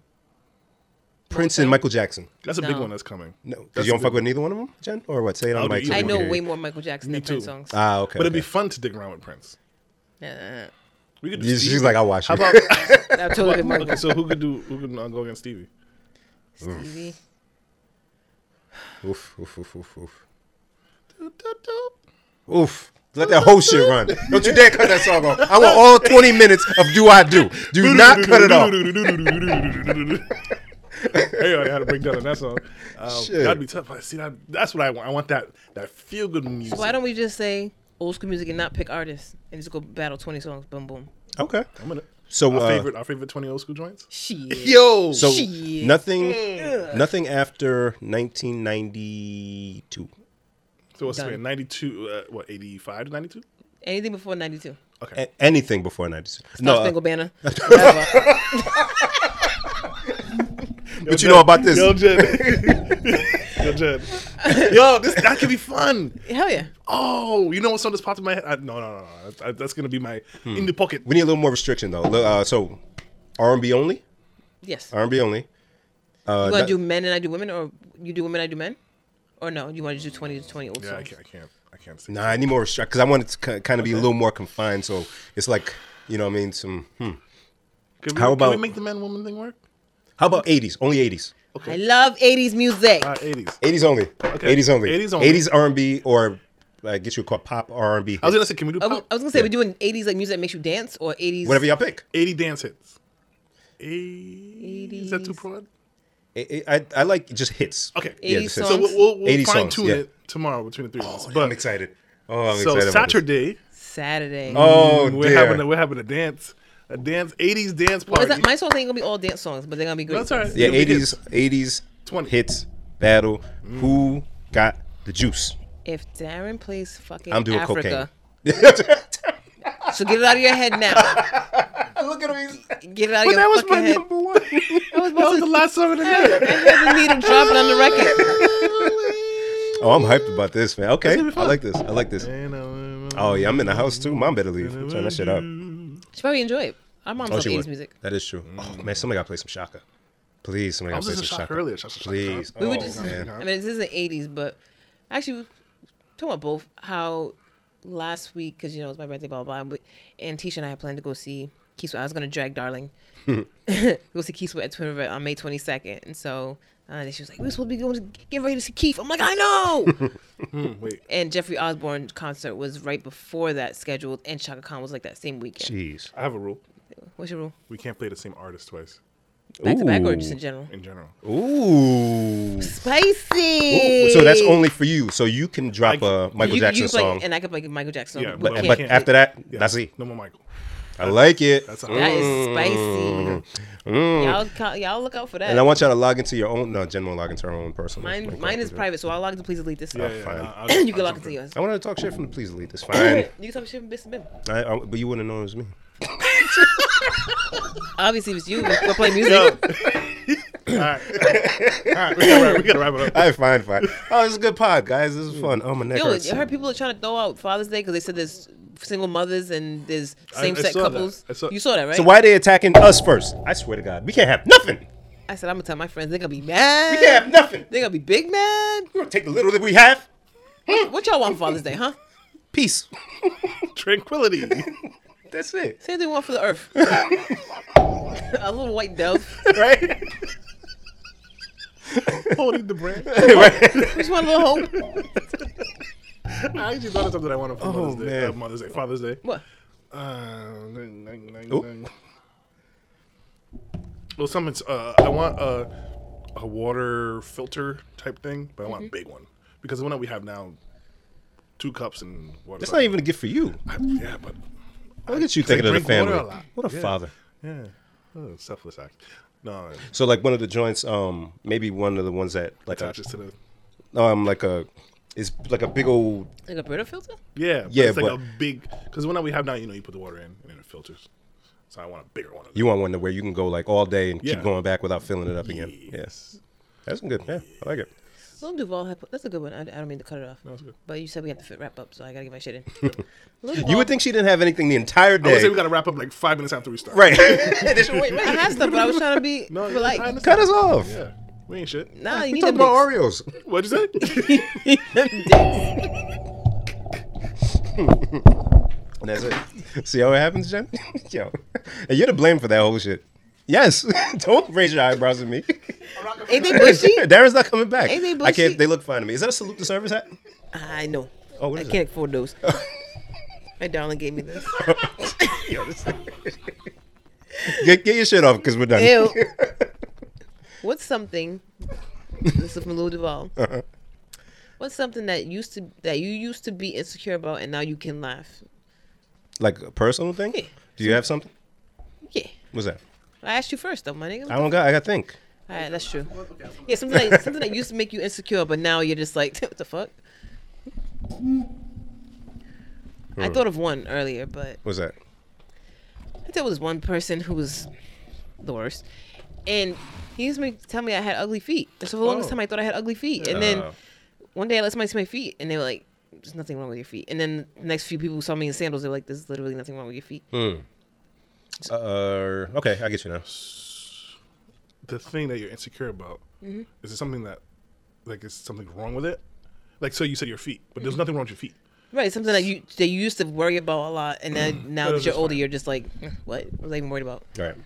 Prince and Michael Jackson. That's a big No. one that's coming. No, 'cause That's you a don't fuck good with neither one of them, Jen, or what? Say it on I'll mic. do so we I know can hear way you. more Michael Jackson Me than Prince too. songs. Ah, okay. But it'd okay. be fun to dig around with Prince. Yeah, We could do She's, she's Stevie. like, I'll watch How it. about I totally pick Michael. okay? So who could do who could uh, go against Stevie? Stevie. oof, oof, oof, oof, oof. Doop, doop, doop. Oof. Let that whole shit run. Don't you dare cut that song off. I want all 20 minutes of Do I Do. Do not cut it off. Hey, I had a breakdown on that song. Um, Shit. that'd be tough. But see, that, that's what I want. I want that that feel good music. Why don't we just say old school music and not pick artists and just go battle 20 songs? Boom, boom. Okay. I'm gonna, So, our uh, favorite our favorite 20 old school joints. Shit. Yo, So Shit. nothing, nothing after 1992. so what's done. it? 92, uh, what 85 to 92? Anything before 92. A- anything before 92. No, No. Star uh, Spangled Banner. Whatever. but you know about this. Yo, Jed. Yo, Jed. Yo, this that could be fun. Hell yeah. Oh, you know what song just popped in my head? I, no, no, no, no. That- that's gonna be my Hmm. in the pocket. We need a little more restriction though. Li- Uh, so R&B only, Yes. R&B only. Uh, You want not- to do men and I do women, or you do women, I do men? Or no, you want to do 20 to 20 old Yeah, I songs? can't, I can't, I can't see. Nah, I need more restriction because I want it to kind of be a little more confined. So it's like, you know, what I mean, some. Hmm. Can we, How can about- we make the man woman thing work? How about 80s? Only 80s. I love 80s music. Uh, 80s. 80s only. 80s only. 80s only. 80s R&B or like get you a call pop R&B. I was gonna say, can we do I was, pop? I was gonna say we're doing 80s like music that makes you dance or 80s. Whatever y'all pick. 80 dance hits? 80s. Is that too 80s. broad? I, I, I like just hits. Okay. Yeah, 80s just songs. hits. So we'll, we'll, we'll 80 songs, fine tune yeah. it tomorrow between the three of us. Oh, I'm But excited. Oh, I'm so excited. about this. Saturday, Saturday. Oh, we're dear. having a, we're having a dance, a dance 80s dance Well, party. is that, my songs ain't gonna be all dance songs, but they're gonna be good. that's all right. yeah, It'll be good. 80s, 80s, 20. hits, battle. Who got the juice? If Darren plays fucking I'm doing Africa, cocaine. so get it out of your head now. Look at him. Get it out of But your that was my fucking head. number one. that was the last song of the night. I need him dropping on the record. Oh, I'm hyped about this, man. Okay, gonna I be fun. like this. I like this. Oh yeah, I'm in the house too. Mom better leave. Turn that shit up. She probably enjoy it. Our mom's Oh, loves she 80s would. music. That is true. Oh man, somebody gotta play some Shaka. Please, somebody I gotta was play just some a shock Shaka. earlier. Shock, shock, shock, Please. We oh, would just. man. I mean, this isn't 80s, but actually, we talking about both how last week because you know it was my birthday, blah blah. blah but, and Tisha and I had planned to go see Keith. Sweat. I was gonna drag Darling. go see Keith Sweat at Twin River on May 22nd, and so. Uh, she was like, "We're supposed to be going to get ready to see Keith." I'm like, "I know." Hmm, shock. Wait. and Jeffrey Osborne concert was right before that scheduled, and Chaka Khan was like that same weekend. Jeez. I have a rule. What's your rule? We can't play the same artist twice Back to back or Ooh. just in general? in general. Ooh. Spicy. Ooh, So that's only for you. So you can drop I- a Michael you, Jackson you play, song, and I could play Michael Jackson. Yeah, but, but, I but can't. after that, Yeah, that's it. No more Michael. I like it. That's Mm. all. That is spicy. Y'all, ca- y'all look out for that. And I want y'all to log into your own. No, Jen won't log into her own personal. mine, Michael mine is Jackson. private, so I'll log into please delete this. Yeah, stuff. yeah, fine. I'll- I'll- you can I'll log jump into yours. I wanted to talk shit from the please delete this. Fine. You can talk shit from Mr. Bim. I, I, but you wouldn't know it was me. Obviously, it was you. Go play music. in. All right. All right. We gotta wrap- We got to wrap it up. I fine, fine. Oh, this is a good pod, guys. This is fun. Oh, my neck Yo, hurts. I heard people are trying to throw out Father's Day because they said there's single mothers and there's I same sex saw that. couples. I saw- you saw that, right? So why they attacking us first? I swear to God, we can't have nothing. I said I'm gonna tell my friends. They're gonna be We mad. can't have nothing. They're gonna be big mad. We're gonna take the little that we have. What y'all want for Father's Day, huh? Peace. Tranquility. That's it, Same thing we want for the Earth. A little white dove. right? Holding the brand. right? Just want a little hope. I actually thought of something I wanted for Oh, Mother's Day. uh, man. Mother's Day. Father's Day. What? Uh, ding, ding, ding, Oh. ding. Well, something's. Uh, I want a, a water filter type thing, but I Mm-hmm. want a big one because the one that we have now, two cups and water. That's not even a gift for you. I- yeah, but Look at you thinking of the drink water family. a lot. What a Yeah. father. yeah, oh, selfless act. No, it So like one of the joints, um, maybe one of the ones that like a, attaches to the. um like a, it's like a big old Like a Brita filter? Yeah, but Yeah, it's like but- a big because the one that we have now, you know, you put the water in and then it filters. So I want a bigger one. Of You want one to where you can go like all day and Yeah. keep going back without filling it up again. Yes. Yes. That's good. Yeah, I like it. Lil Duval had put, that's a good one. I, I don't mean to cut it off. it's good. But you said we had to fit, wrap up, so I gotta get my shit in. Lil You Duval- would think she didn't have anything the entire I would say day. we got to wrap up like five minutes after we start. Right. Wait, wait, I had stuff, but I was trying to be No, but you're like, fine, it's Cut fine. us off. Yeah, we ain't shit. nah, We you need them talked about Oreos. What'd you say? dicks. And that's it. See how it happens, Jen? Yo. And you're to blame for that whole shit. Yes. Don't raise your eyebrows at me. Ain't they bushy? Darren's not coming back. Ain't they I can't bushy? they look fine to me. Is that a salute to service hat? I know. Oh, what I is can't afford those. My darling gave me this. Yo, this- get, get your shit off because we're done. Ew. What's something? This is from Lou Duval. Uh-huh. What's something that used to that you used to be insecure about and now you can laugh? Like a personal thing? Yeah. Do you have something? Yeah, What's that? I asked you first though, my nigga. I don't got. I got to think. All right, that's true. Yeah, something like, something that used to make you insecure, but now you're just like, what the fuck? Hmm. I thought of one earlier, but What's that? I there was one person who was the worst, and he used to make- tell me I had ugly feet. And so for the longest Oh. time, I thought I had ugly feet, and then Oh. one day I let somebody see my feet, and they were like, "There's nothing wrong with your feet." And then the next few people who saw me in sandals, they were like, "There's literally nothing wrong with your feet." Hmm. Uh, okay, I get you now. the thing that you're insecure about is it something that like is something wrong with it like so you said your feet but there's nothing wrong with your feet Right, something that you that you used to worry about a lot, and then now Hmm. That was that you're just older, fine. you're just like, "Eh, "What was I even worried about?" All right.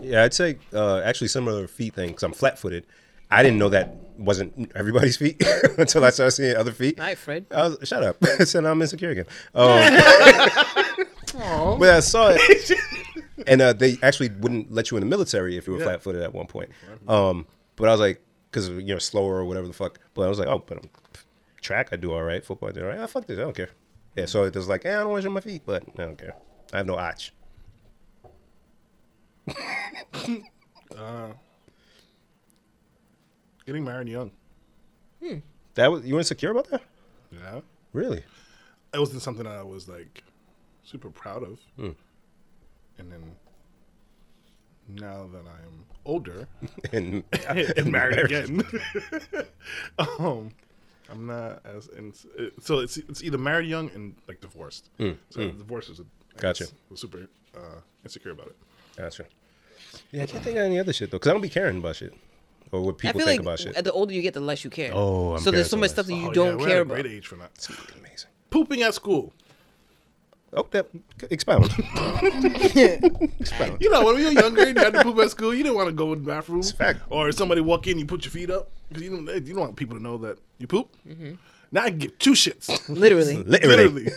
Yeah, I'd say uh, actually similar feet thing because I'm flat footed. I didn't know that wasn't everybody's feet until I started seeing other feet. All right, Fred. I was, shut up. so now I'm insecure again. Um, but I saw it. And uh, they actually wouldn't let you in the military if you were Yeah. flat footed at one point. Um, but I was like, because you know, slower or whatever the fuck. But I was like, oh, but I'm track, I do all right. Football, I do all right. I fuck this. I don't care. Yeah, so it was like, eh, I don't want to show my feet, but I don't care. I have no arch. getting married young That was, you were insecure about that? yeah Really? it wasn't something i was like super proud of and then now that i'm older And and married again um i'm not as in, so it's it's either married young and like divorced so divorce is a, I Gotcha. guess, was super uh, insecure about it Gotcha. Yeah, I can't think of any other shit though, because I don't be caring about shit or what I people feel think like about shit. the older you get, the less you care. Oh, I'm so there's so caring much so stuff that less. you Oh, yeah, don't we're at care a about. Great age for that. Fucking amazing. Pooping at school. Oh, that expound. You know, when we were younger and you had to poop at school, you didn't want to go in the bathroom. a fact. Or if somebody walk in, you put your feet up because you don't you don't want people to know that you poop. Now I can give two shits. Literally. Mm-hmm. Literally.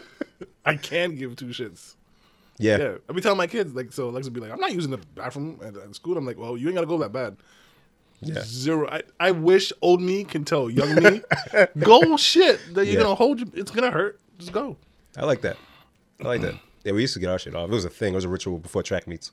I can give two shits. Yeah. Yeah, I be telling my kids like so. Lex would be like, "I'm not using the bathroom at, at school." I'm like, "Well, you ain't gotta go that bad." Yeah. Zero. I, I wish old me can tell young me, go shit that you're Yeah. gonna hold. You, it's gonna hurt. Just go. I like that. I like that. Yeah, we used to get our shit off. It was a thing. It was a ritual before track meets.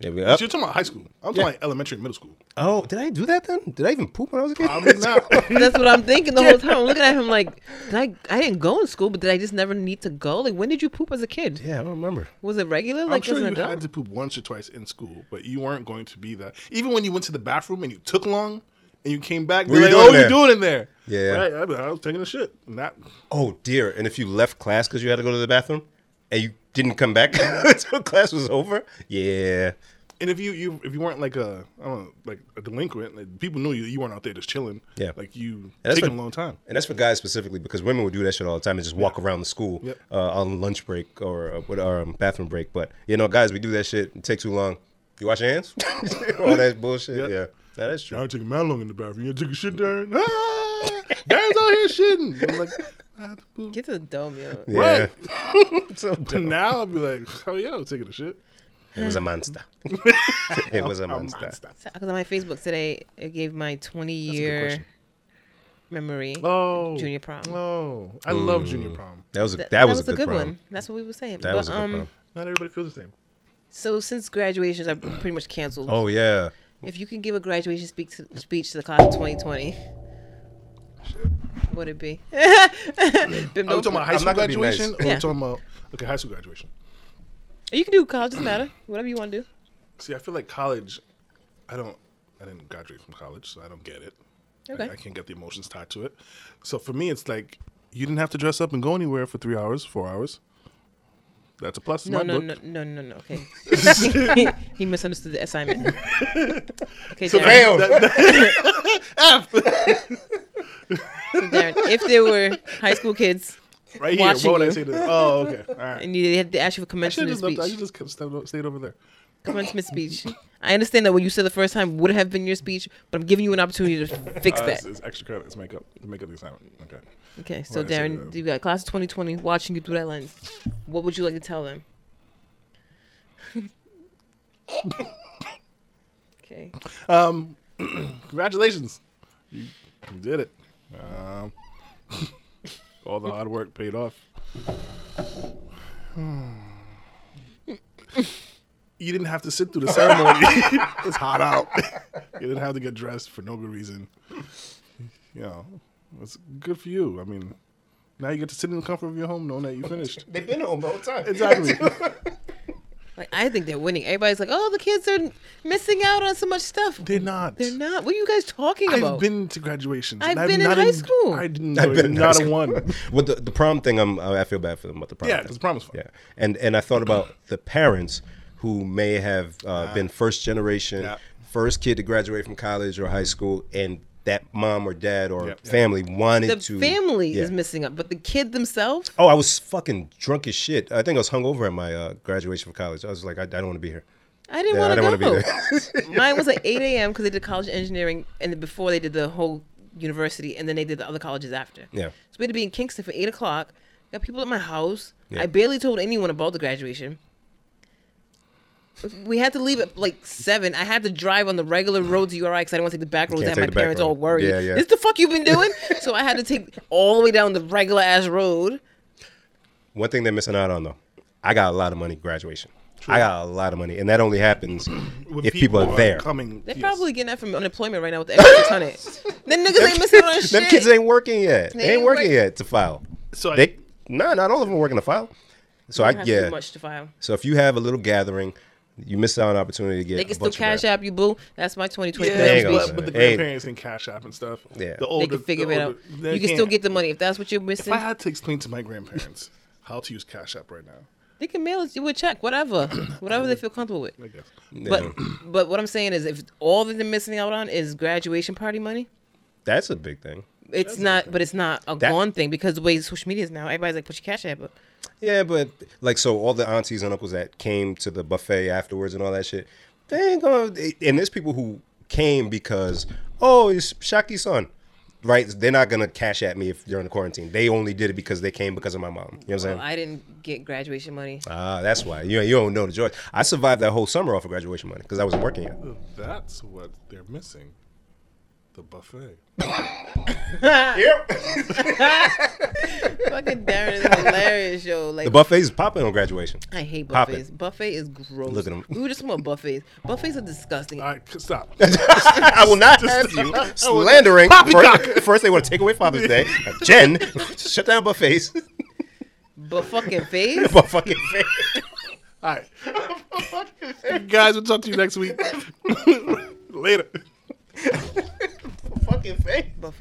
Yeah, we, up. So you're talking about high school. I'm talking about elementary, and middle school. oh, did I do that then? Did I even poop when I was a kid? I'm not. That's what I'm thinking the whole time. I'm looking at him like, did I, I didn't go in school, but did I just never need to go? Like, when did you poop as a kid? yeah, I don't remember. Was it regular? Like, I'm as sure an you had adult? to poop once or twice in school, but you weren't going to be that. Even when you went to the bathroom and you took long and you came back, What they're you like, doing "Oh, there?" you doing in there?" Yeah. right. I, I was taking a shit. Not Oh dear! And if you left class because you had to go to the bathroom, and you didn't come back until class was over, yeah, and if you, you if you weren't like a I don't know, like a delinquent, like, people knew you you weren't out there just chilling. Yeah. like you that's taking what- a long time. And that's for guys specifically because women would do that shit all the time and just walk around the school Yep. uh, on lunch break or uh, with our um, bathroom break. But you know, guys, we do that shit. It takes too long. You wash your hands? all that bullshit. Yep. Yeah, that is true. I took mad long in the bathroom. You took a shit, Darren. Ah, Darren's out here shitting. I'm like, I have to poop. Get to the dome, yo. Yeah, So But dumb. now I'll be like, oh yeah, I'm taking a shit. it was a monster. it was a I'm- I'm monster. stop. Because on my Facebook today, it gave my 20 year question. memory. Oh, Junior prom. Oh, I love Mm. junior prom. That was a, that, Th- was, a good, prom. one. That's what we were saying. That but, was a good um, prom. Not everybody feels the same. So since graduations are pretty much canceled, Oh yeah. if you can give a graduation speak to, speech to the class of 2020, what would it be? Bim, Are we don't- Oh, talking about high I'm school not gonna be nice. graduation? Or Yeah. we talking about okay, high school graduation. you can do college, doesn't matter. Whatever you want to do. See, I feel like college. I don't. I didn't graduate from college, so I don't get it. I- Okay. I, can't get the emotions tied to it. So for me, it's like you didn't have to dress up and go anywhere for three hours, four hours. That's a plus in No, my no, book. no, no, no, no. Okay. he misunderstood the assignment. Okay, Darren, Damn. so Darren, if there were high school kids Right here. What Watching would I you. say? To them? Oh, okay. All right. and you, they had to ask you I for should commencement have just, left- I speech, should've just kept, stayed o- stayed over there. Commence my speech. I understand that what you said the first time would have been your speech, but I'm giving you an opportunity to fix Uh, that. it's, it's extra credit. It's makeup. It's makeup assignment. Okay. Okay, so Right, so, Darren, uh, you got class of 2020 watching you through that lens. What would you like to tell them? okay. Um, congratulations. You, you did it. Um, all the hard work paid off. You didn't have to sit through the ceremony. it's hot out. You didn't have to get dressed for no good reason. You know, it's good for you. I mean, now you get to sit in the comfort of your home knowing that you finished. They've been home the whole time. Exactly. Like I think they're winning. Everybody's like, "Oh, the kids are missing out on so much stuff." They're not. They're not. What are you guys talking I've about? been to graduations. I've and been in not high school. I didn't. I've been not a one. With the, the prom thing, I'm, I feel bad for them about the prom. Yeah, thing. because prom is fun. Yeah, and and I thought about the parents who may have uh, been first generation, Yeah. first kid to graduate from college or high school, and that mom or dad or Yeah. family wanted the to. family yeah. is missing up, but the kid themselves. Oh, I was fucking drunk as shit. I think I was hungover at my uh, graduation from college. I was like, I, I don't want to be here. I didn't Yeah, I didn't want to wanna go. be Mine was at 8 a.m. because they did college engineering, and then before they did the whole university, and then they did the other colleges after. Yeah. So we had to be in Kingston for 8 o'clock. Got people at my house. Yeah. I barely told anyone about the graduation. We had to leave at like 7. I had to drive on the regular road to URI because I didn't want to take the back roads. I can't take had my the back parents road. all worried. Yeah, yeah. This the fuck you been doing? so I had to take all the way down the regular ass road. One thing they're missing out on though, I got a lot of money at graduation. I got a lot of money, and that only happens When if people, are there. coming, They're yes. probably getting that from unemployment right now with the extra 600. Then niggas ain't missing out on shit. Them kids ain't working yet. They, They ain't, ain't working work- yet to file. So I- they no, not all of them are working to file. So I have yeah. too much to file. So if you have a little gathering, you miss out on an opportunity to get They a can still bunch of cash that. app you, boo. That's my 2020 Yeah, There you plan. go, but, son. but the Hey. grandparents and Cash App and stuff. Yeah. the They older, can figure the it out. older- You they can still can't. get the money if that's what you're missing. If I had to explain to my grandparents how to use Cash App right now, They can mail it you a check, whatever, whatever they feel comfortable with. I guess. But but what I'm saying is, if all that they're missing out on is graduation party money, That's a big thing. it's not. But it's not a That- gone thing because the way social media is now, everybody's like, put your cash app up. Yeah, but like so, all the aunties and uncles that came to the buffet afterwards and all that shit, they ain't gonna. they- and there's people who came because oh, it's Shaki's son. Right, they're not gonna cash at me if during the quarantine. They only did it because they came because of my mom. You know what I'm saying? Well, I didn't get graduation money. Ah, that's why you you don't know the joy. I survived that whole summer off of graduation money because I wasn't working yet. That's what they're missing. The buffet. Fucking Darren is hilarious, yo. Like The buffet's popping on graduation. I hate Pop it. buffets. Buffet is gross. Look at 'em. We were just talking about buffets. Buffets are disgusting. All right, c- stop. I will not have you slandering. First, first they want to take away Father's Day. Jen, shut down buffets. But fucking face. But fucking face. All right, guys, we'll talk to you next week. Later. Fucking face. But